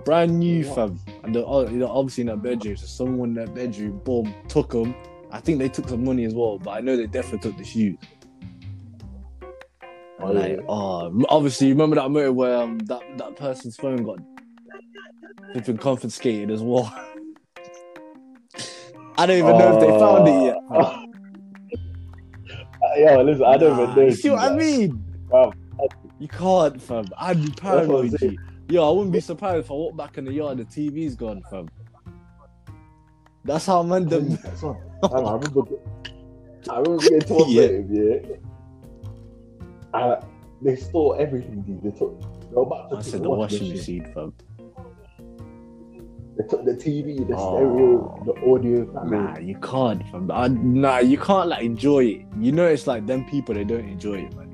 Speaker 3: Brand new,
Speaker 2: What?
Speaker 3: fam. And they're, oh, they're obviously in her bedroom. So someone in her bedroom, boom, took them. I think they took some money as well, but I know they definitely took the shoes.
Speaker 2: Oh, yeah.
Speaker 3: Like, oh, obviously, you remember that moment where um, that, that person's phone got flipping confiscated as well? *laughs* I don't even know if they found it yet.
Speaker 2: Uh, *laughs* Yo, listen, Oh, I don't
Speaker 3: Nah,
Speaker 2: even know.
Speaker 3: You see what I mean?
Speaker 2: Wow.
Speaker 3: You can't, fam. I'd be
Speaker 2: what I'm
Speaker 3: paranoid.
Speaker 2: saying.
Speaker 3: G. Yo, I wouldn't be surprised if I walk back in the yard and the TV's gone, fam. That's how
Speaker 2: *laughs*
Speaker 3: man them.
Speaker 2: I remember, I remember getting to one
Speaker 3: *laughs* Yeah.
Speaker 2: yeah. yeah. And uh, they stole everything. dude. They took. They were about to
Speaker 3: I
Speaker 2: take
Speaker 3: said the washing machine, fam.
Speaker 2: They took the TV, the
Speaker 3: Oh.
Speaker 2: stereo, the audio. I mean,
Speaker 3: Nah, you can't. Fam. I, nah, you can't like enjoy it. You know, it's like them people they don't enjoy it, man.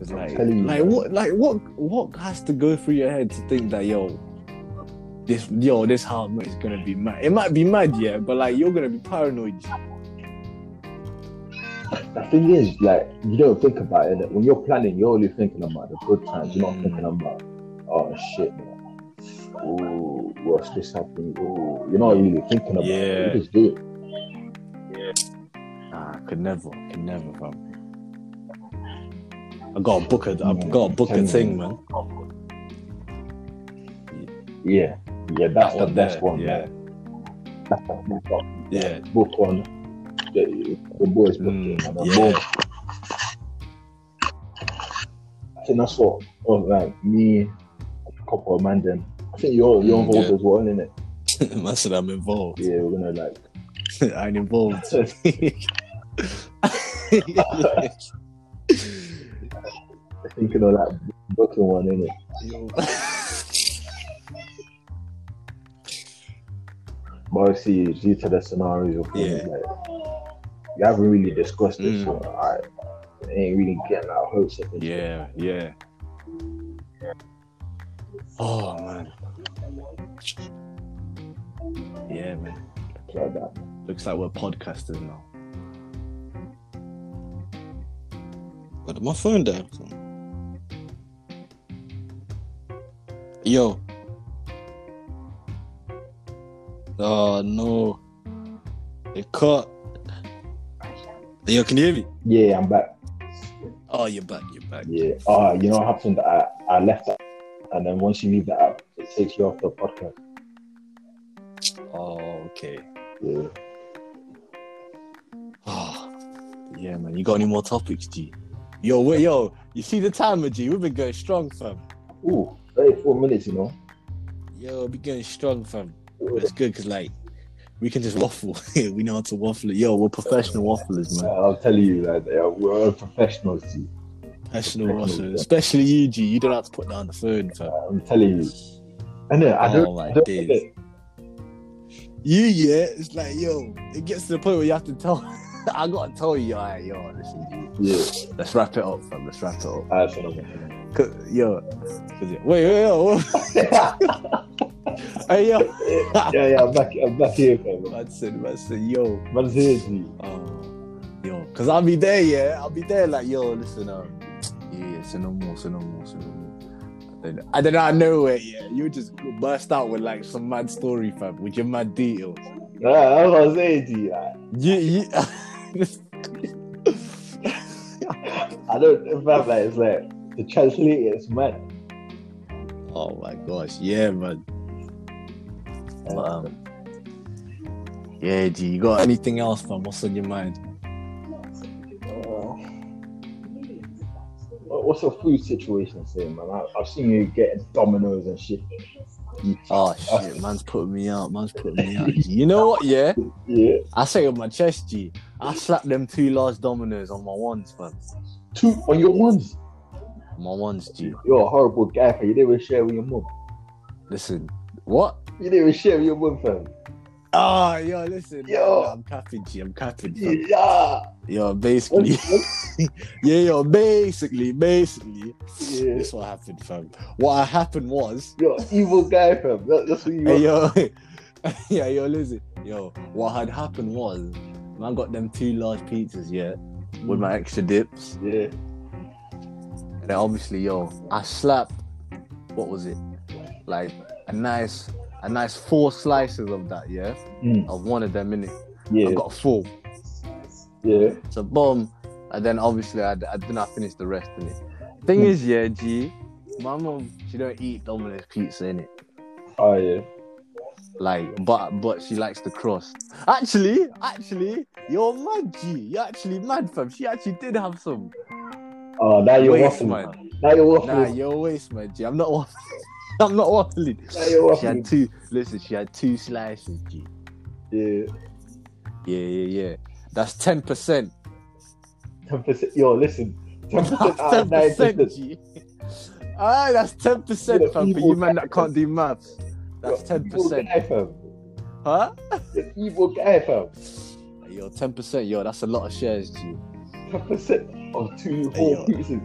Speaker 3: It's
Speaker 2: I'm
Speaker 3: like,
Speaker 2: telling you,
Speaker 3: like
Speaker 2: man.
Speaker 3: what, like what, what has to go through your head to think that yo, this yo, this helmet is gonna be mad. It might be mad, yeah, but like you're gonna be paranoid.
Speaker 2: the thing is, like, you don't think about it. When you're planning, you're only thinking about the good times. You're
Speaker 3: Mm.
Speaker 2: not thinking about, oh shit, man. Ooh, what's this happening? Ooh, you're not really thinking about it.
Speaker 3: Yeah.
Speaker 2: You just do it.
Speaker 3: Nah, I could never, I could never, fam. I got a book. A,
Speaker 2: Mm.
Speaker 3: I've got a book a thing, man.
Speaker 2: Yeah, yeah, that's the
Speaker 3: one
Speaker 2: best
Speaker 3: there,
Speaker 2: one.
Speaker 3: yeah.
Speaker 2: Yeah, that's the best one.
Speaker 3: Yeah.
Speaker 2: book one. The, the boys' book.
Speaker 3: Mm,
Speaker 2: yeah, the
Speaker 3: yeah. *laughs*
Speaker 2: boys. I think that's what was like me, a couple of man. Then I think you're you're
Speaker 3: Mm,
Speaker 2: involved
Speaker 3: yeah.
Speaker 2: as well, isn't it?
Speaker 3: I said I'm involved.
Speaker 2: Yeah, we're gonna like. *laughs*
Speaker 3: I'm involved. *laughs*
Speaker 2: Thinking of like booking one, innit? But obviously, due to the scenarios, of things,
Speaker 3: Yeah.
Speaker 2: like, we haven't really discussed this,
Speaker 3: Mm.
Speaker 2: so I ain't really getting our hopes up. and shit.
Speaker 3: yeah, yeah. Oh man. Yeah, man.
Speaker 2: like that.
Speaker 3: Looks like we're podcasters now. What did my phone down? Yo. Oh no. It cut. Yo, can you hear me?
Speaker 2: Yeah, I'm back.
Speaker 3: Oh, you're back. You're back.
Speaker 2: Yeah. Ah, you know what happened? I, I left that, and then once you leave the app, it takes you off the podcast.
Speaker 3: Oh, okay.
Speaker 2: Yeah.
Speaker 3: Oh, yeah, man. You got any more topics, G? Yo, wait, yo. You see the timer, G? We've been going strong, fam.
Speaker 2: Ooh, 34 minutes, you know.
Speaker 3: Yo, we been going strong, fam.
Speaker 2: Ooh,
Speaker 3: It's good because, like, We can just waffle. *laughs* we know how to waffle. Yo, we're professional wafflers, man.
Speaker 2: I'll tell you that yeah, we're all professionals. G.
Speaker 3: Professional wafflers. Especially you, G. You don't have to put down the phone, fam.
Speaker 2: I'm telling you. And then I don't.
Speaker 3: Oh, my
Speaker 2: I don't
Speaker 3: days.
Speaker 2: get it.
Speaker 3: You, yeah, it's like, yo, it gets to the point where you have to tell. *laughs* I gotta tell you, all right, yo, listen, G.
Speaker 2: Yeah, Ah,
Speaker 3: Let's wrap it up, fam. Let's wrap it up.
Speaker 2: that's what I'm saying.
Speaker 3: Cause, yo, 'cause you- wait, wait, yo. *laughs* hey, yo. Ah.
Speaker 2: Yeah, yeah, I'm back. I'm back here, fam.
Speaker 3: I said, I said, yo.
Speaker 2: Man's here, G.
Speaker 3: Um, yo, because I'll be there, yeah. I'll be there, like, yo, listen, um, yeah, yeah, say no more, say no more, say no more. And then, and then out of nowhere, yeah, you just burst out with like some mad story, fam, with your mad details.
Speaker 2: Nah, that's what Ah, I'm saying, G. Ah. I,
Speaker 3: You, you, *laughs*
Speaker 2: I don't. In fact, like it's like to translate it, it's mad.
Speaker 3: oh my gosh, yeah, man. But, um, yeah, G, you got anything else, fam? What's on your mind?
Speaker 2: Uh, What's your food situation saying, man? I, I've seen you getting dominoes and shit.
Speaker 3: Oh shit, man's putting me out, man's putting me out. G. *laughs* You know what, yeah?
Speaker 2: Yeah,
Speaker 3: I say on my chest, G. I slapped them two large dominoes on my ones, man.
Speaker 2: two on your ones.
Speaker 3: On my ones, G.
Speaker 2: You're a horrible guy, fam. You didn't even share with your mum.
Speaker 3: Listen, what?
Speaker 2: You didn't even share with your mum, fam.
Speaker 3: Ah, yo, listen.
Speaker 2: Yo.
Speaker 3: I'm capping, G. I'm capping. fam.
Speaker 2: Yeah.
Speaker 3: Yo,
Speaker 2: *laughs*
Speaker 3: basically. yeah, yo, basically, basically.
Speaker 2: yeah.
Speaker 3: This what happened, fam. What happened was,
Speaker 2: You're an evil guy, fam. That, that's what you
Speaker 3: hey,
Speaker 2: are.
Speaker 3: yo, *laughs* yeah, yo, listen, yo, what had happened was, man, got them two large pizzas, yeah, with my
Speaker 2: Mm.
Speaker 3: extra dips.
Speaker 2: Yeah.
Speaker 3: And then obviously, yo, I slapped. What was it? Like a nice, a nice four slices of that. Yeah,
Speaker 2: Mm.
Speaker 3: of one of them in it. I
Speaker 2: Yeah.
Speaker 3: got four.
Speaker 2: Yeah.
Speaker 3: So boom, and then obviously I, I then I finished the rest in it. Thing
Speaker 2: Hmm.
Speaker 3: is, yeah, G, my mom she don't eat Domino's pizza in it.
Speaker 2: Oh, yeah.
Speaker 3: Like, but but she likes the crust. Actually, actually, you're mad, G. You're actually mad, fam. She actually did have some.
Speaker 2: Oh, now you're
Speaker 3: Waste,
Speaker 2: waffling.
Speaker 3: man.
Speaker 2: man. Now you're
Speaker 3: Nah,
Speaker 2: waffling.
Speaker 3: you're a waste, man. G, I'm not waffling. *laughs* I'm not waffling.
Speaker 2: now you're
Speaker 3: She had
Speaker 2: waffling.
Speaker 3: two. Listen, she had two slices. G.
Speaker 2: Yeah.
Speaker 3: Yeah, yeah, yeah. That's ten percent. *laughs*
Speaker 2: 10%. Yo, listen. 10% out
Speaker 3: *laughs* Ten
Speaker 2: of 9%.
Speaker 3: percent. G. Alright, that's ten percent,
Speaker 2: You're
Speaker 3: fam. For
Speaker 2: evil
Speaker 3: you man that
Speaker 2: guy.
Speaker 3: can't do maths, that's
Speaker 2: You're
Speaker 3: ten
Speaker 2: an evil
Speaker 3: percent,
Speaker 2: guy, fam.
Speaker 3: huh?
Speaker 2: You're an evil guy, fam.
Speaker 3: Yo, ten percent. Yo, that's a lot of shares, G.
Speaker 2: 10% of two
Speaker 3: Hey,
Speaker 2: whole
Speaker 3: yo.
Speaker 2: pieces.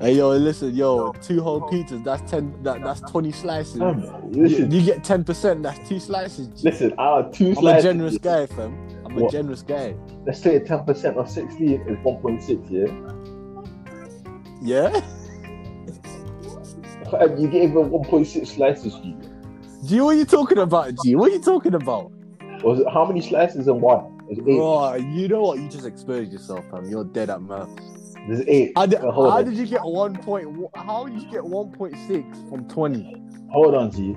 Speaker 3: Hey, yo, listen, yo, two whole pizzas. That's ten. That, that's twenty slices.
Speaker 2: Fam,
Speaker 3: You,
Speaker 2: listen.
Speaker 3: you get ten percent. That's two slices. G.
Speaker 2: Listen, out of two
Speaker 3: I'm a
Speaker 2: slices,
Speaker 3: generous guy, fam. I'm a
Speaker 2: What?
Speaker 3: generous guy.
Speaker 2: Let's say 10% of 16 is 1.6, yeah?
Speaker 3: Yeah.
Speaker 2: Fam, you gave her 1.6 slices, G.
Speaker 3: G, what are you talking about, G? What are you talking about?
Speaker 2: Was it, how many slices in one? There's eight.
Speaker 3: Bro, you know what? You just exposed yourself, fam. You're dead at maths.
Speaker 2: There's eight.
Speaker 3: How did,
Speaker 2: Uh, hold,
Speaker 3: how
Speaker 2: on.
Speaker 3: did you get one point? How did you get one point six from twenty?
Speaker 2: hold on, G.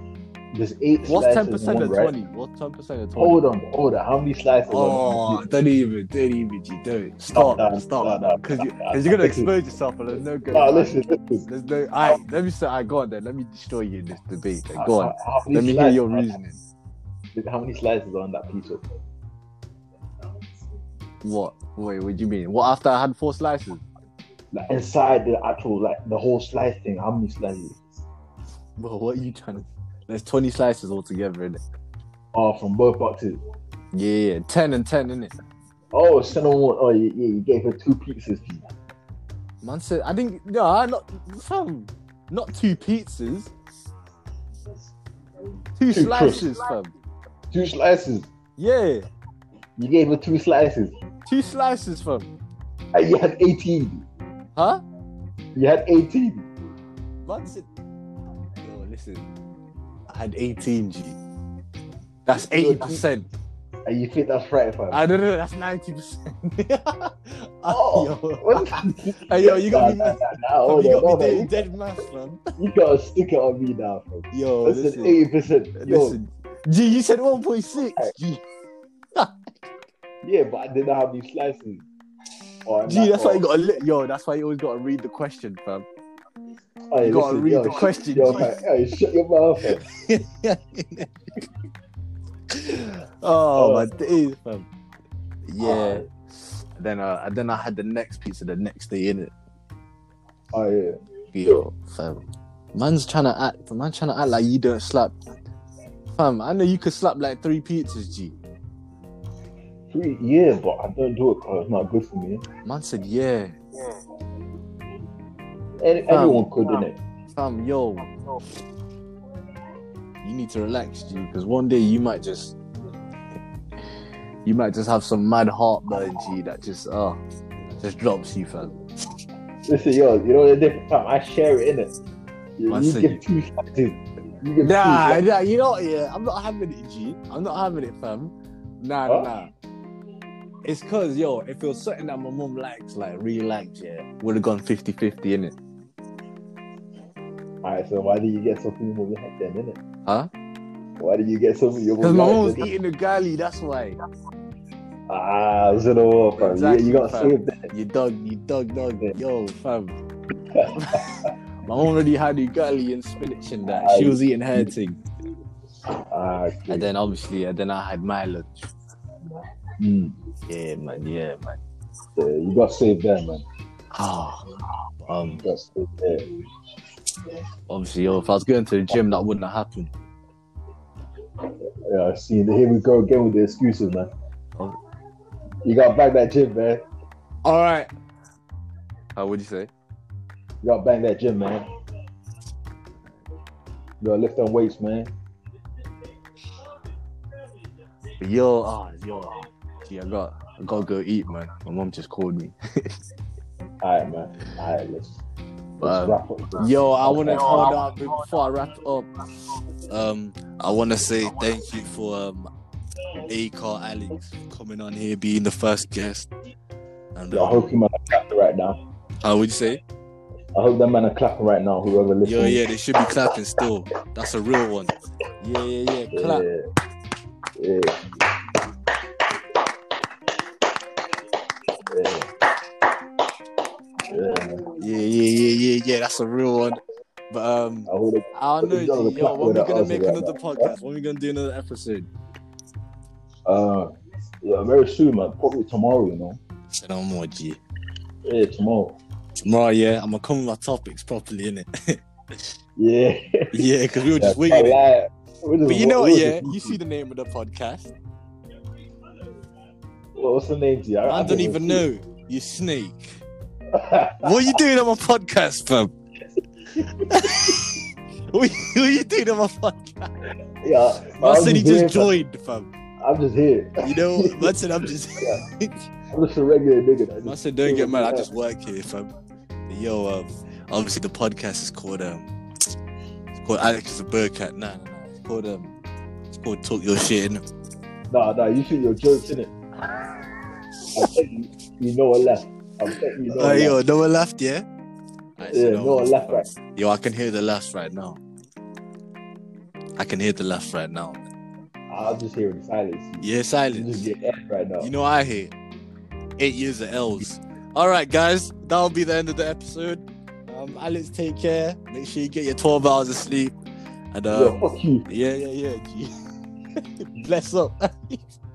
Speaker 2: There's eight
Speaker 3: What's
Speaker 2: slices
Speaker 3: ten
Speaker 2: in
Speaker 3: percent
Speaker 2: one,
Speaker 3: of
Speaker 2: right?
Speaker 3: twenty? What's ten percent of twenty?
Speaker 2: Hold on, hold on. How many slices?
Speaker 3: Oh,
Speaker 2: on?
Speaker 3: don't even, don't even, G, don't stop,
Speaker 2: nah, nah,
Speaker 3: stop,
Speaker 2: nah,
Speaker 3: because you,
Speaker 2: nah,
Speaker 3: because you're gonna
Speaker 2: nah, listen.
Speaker 3: expose yourself, and there's no good.
Speaker 2: No, listen, listen.
Speaker 3: There's no. I let me say, I go on then. Let me destroy you in this debate. Then. Go on.
Speaker 2: How- how many
Speaker 3: Let me hear your
Speaker 2: slices-
Speaker 3: reasoning.
Speaker 2: How many slices are on that pizza?
Speaker 3: What? Wait, what do you mean? What after I had four slices?
Speaker 2: Like inside the actual, like the whole slice thing. How many slices?
Speaker 3: Bro, what are you trying to? There's twenty slices altogether in it.
Speaker 2: Oh, from both boxes.
Speaker 3: Yeah, yeah, ten and ten in it.
Speaker 2: Oh, cinnamon. one. Oh, yeah, yeah. You gave her two pizzas. G.
Speaker 3: Man said, I think no, I not fam, not two pizzas, two,
Speaker 2: Two
Speaker 3: slices, fam.
Speaker 2: Two slices.
Speaker 3: Yeah,
Speaker 2: You gave her two slices.
Speaker 3: two slices, fam.
Speaker 2: And you had 18.
Speaker 3: Huh?
Speaker 2: You had 18.
Speaker 3: Man said, yo, listen, I had eighteen G. That's eighty percent.
Speaker 2: And you think that's right, fam?
Speaker 3: I don't know. That's ninety percent. *laughs*
Speaker 2: Oh,
Speaker 3: Yo,
Speaker 2: what?
Speaker 3: *laughs* Hey, yo, you got me-
Speaker 2: Nah, nah, nah, nah, hold
Speaker 3: you
Speaker 2: on,
Speaker 3: got
Speaker 2: hold
Speaker 3: me doing
Speaker 2: on.
Speaker 3: dead math, fam.
Speaker 2: You gotta stick it on me now, fam.
Speaker 3: Yo,
Speaker 2: That's an
Speaker 3: listen,
Speaker 2: eighty percent.
Speaker 3: listen. G, you said one point six. G,
Speaker 2: Yeah, but I didn't have these slices. oh. Or I'm
Speaker 3: G,
Speaker 2: not-
Speaker 3: that's why you
Speaker 2: or-
Speaker 3: got to li- yo. That's why you always got to read the question, fam.
Speaker 2: Hey,
Speaker 3: you gotta read the
Speaker 2: shut-
Speaker 3: question,
Speaker 2: Yo,
Speaker 3: G.
Speaker 2: man, hey, shut your mouth. fam.
Speaker 3: oh my days, fam. Yeah. Then uh, and then I had the next pizza the next day in it.
Speaker 2: Oh yeah.
Speaker 3: Yo, fam. Man's trying to act. Man trying to act like you don't slap. Fam, I know you could slap like three pizzas, G.
Speaker 2: Sweet, yeah, but I don't do it because it's not good for me.
Speaker 3: Man said, yeah,
Speaker 2: Any, everyone could, innit?
Speaker 3: fam, yo. You need to relax, G, because one day you might just, you might just have some mad heartburn, G, that just, uh, just drops you, fam.
Speaker 2: Listen, yo, you know the different time I share it, innit? You,
Speaker 3: Man
Speaker 2: you
Speaker 3: said you-
Speaker 2: give two shots in. You give
Speaker 3: Nah,
Speaker 2: two
Speaker 3: nah, you know, what, yeah, I'm not having it, G. I'm not having it, fam. Nah,
Speaker 2: Huh?
Speaker 3: nah. It's cause yo, if it was something that my mum likes, like really likes, yeah, would have gone 50-50 in it,
Speaker 2: Alright, so why do you get something with your head then, innit?
Speaker 3: huh?
Speaker 2: Why do you get something with
Speaker 3: Because my
Speaker 2: your head?
Speaker 3: mum was
Speaker 2: then?
Speaker 3: eating the gali, that's why.
Speaker 2: Ah, it's in the war, fam.
Speaker 3: Exactly,
Speaker 2: yeah, you got
Speaker 3: fam.
Speaker 2: saved that.
Speaker 3: You dug, you dug, dug,
Speaker 2: Yeah.
Speaker 3: yo, fam.
Speaker 2: *laughs*
Speaker 3: *laughs* my mum already had the gali and spinach and that. She
Speaker 2: Aye.
Speaker 3: was eating her thing,
Speaker 2: Ah, okay.
Speaker 3: and then obviously, and then I had my lunch.
Speaker 2: Mm.
Speaker 3: Yeah, man, yeah, man.
Speaker 2: Yeah, you got saved there, man.
Speaker 3: Ah, um,
Speaker 2: You got saved there.
Speaker 3: obviously, yo, if I was going to the gym, that wouldn't have happened.
Speaker 2: Yeah, I see. Here we go again with the excuses, man.
Speaker 3: Oh.
Speaker 2: You got bang that gym, man.
Speaker 3: All right. How would you say?
Speaker 2: You got bang that gym, man. You got lift them weights, man.
Speaker 3: Yo, ah, yo. Gee, I got, I gotta go eat, man. My mom just called me.
Speaker 2: All right, man. All right, let's, let's
Speaker 3: But, um,
Speaker 2: wrap up. man.
Speaker 3: yo, I wanna hold up before I wrap up. Um, I wanna say thank you for um, A Car Alex coming on here, being the first guest. And
Speaker 2: Yo, I
Speaker 3: um,
Speaker 2: hope you man are clapping right now.
Speaker 3: how would you say?
Speaker 2: I hope that man are clapping right now. Whoever
Speaker 3: Yo,
Speaker 2: listening.
Speaker 3: yeah, they should be clapping still. That's a real one. Yeah, yeah, yeah. Clap.
Speaker 2: Yeah. Yeah. Yeah. Yeah.
Speaker 3: Yeah, yeah, yeah, yeah, yeah. That's a real one. But um.
Speaker 2: I hope they-
Speaker 3: I don't know,
Speaker 2: But you gotta
Speaker 3: G. Yo,
Speaker 2: clap
Speaker 3: when we
Speaker 2: with
Speaker 3: gonna
Speaker 2: us
Speaker 3: make
Speaker 2: right
Speaker 3: another
Speaker 2: now.
Speaker 3: podcast? When we gonna do another episode?
Speaker 2: uh, yeah, very soon, man. Probably tomorrow, you know.
Speaker 3: Say no more, G.
Speaker 2: Yeah, tomorrow.
Speaker 3: Tomorrow, yeah, I'm gonna come with my topics properly, innit? *laughs*
Speaker 2: Yeah.
Speaker 3: yeah, because we were just
Speaker 2: *laughs* Yeah,
Speaker 3: winging it.
Speaker 2: like, we just-
Speaker 3: But you know what?
Speaker 2: we was
Speaker 3: Yeah,
Speaker 2: just-
Speaker 3: you see the name of the podcast.
Speaker 2: What- what's the name? G?
Speaker 3: I don't
Speaker 2: think
Speaker 3: even
Speaker 2: it's-
Speaker 3: know. You snake. What are you doing on my podcast, fam? *laughs* what are you doing on my podcast?
Speaker 2: *laughs* yeah,
Speaker 3: Man
Speaker 2: I'm
Speaker 3: said he
Speaker 2: here,
Speaker 3: just joined, fam.
Speaker 2: fam. I'm just here.
Speaker 3: You know, man said I'm just. *laughs*
Speaker 2: I'm just a regular nigga. that
Speaker 3: I
Speaker 2: just-
Speaker 3: said, don't get mad. I just work here, fam. But Yo, um, obviously the podcast is called um, it's called Alex is a Birdcat. Nah, nah, nah. It's called um, it's called Talk Your Shit. innit?
Speaker 2: Nah, nah. You shoot your jokes in it. I bet you, you know a left. I bet you know.
Speaker 3: Uh,
Speaker 2: a
Speaker 3: yo,
Speaker 2: left.
Speaker 3: no one laughed, yeah. Alright, so
Speaker 2: Yeah, no one laughed, right.
Speaker 3: Yo, I can hear the laughs right now. I can hear the laughs right now.
Speaker 2: I'm just hearing silence.
Speaker 3: Yeah,
Speaker 2: You just
Speaker 3: silence.
Speaker 2: get F right now.
Speaker 3: You know what I hear eight years of L's. All right, guys, that'll be the end of the episode. Um, Alex, take care. Make sure you get your twelve hours of sleep. And um,
Speaker 2: Yo, fuck you.
Speaker 3: Yeah, yeah, yeah. G. *laughs* Bless up.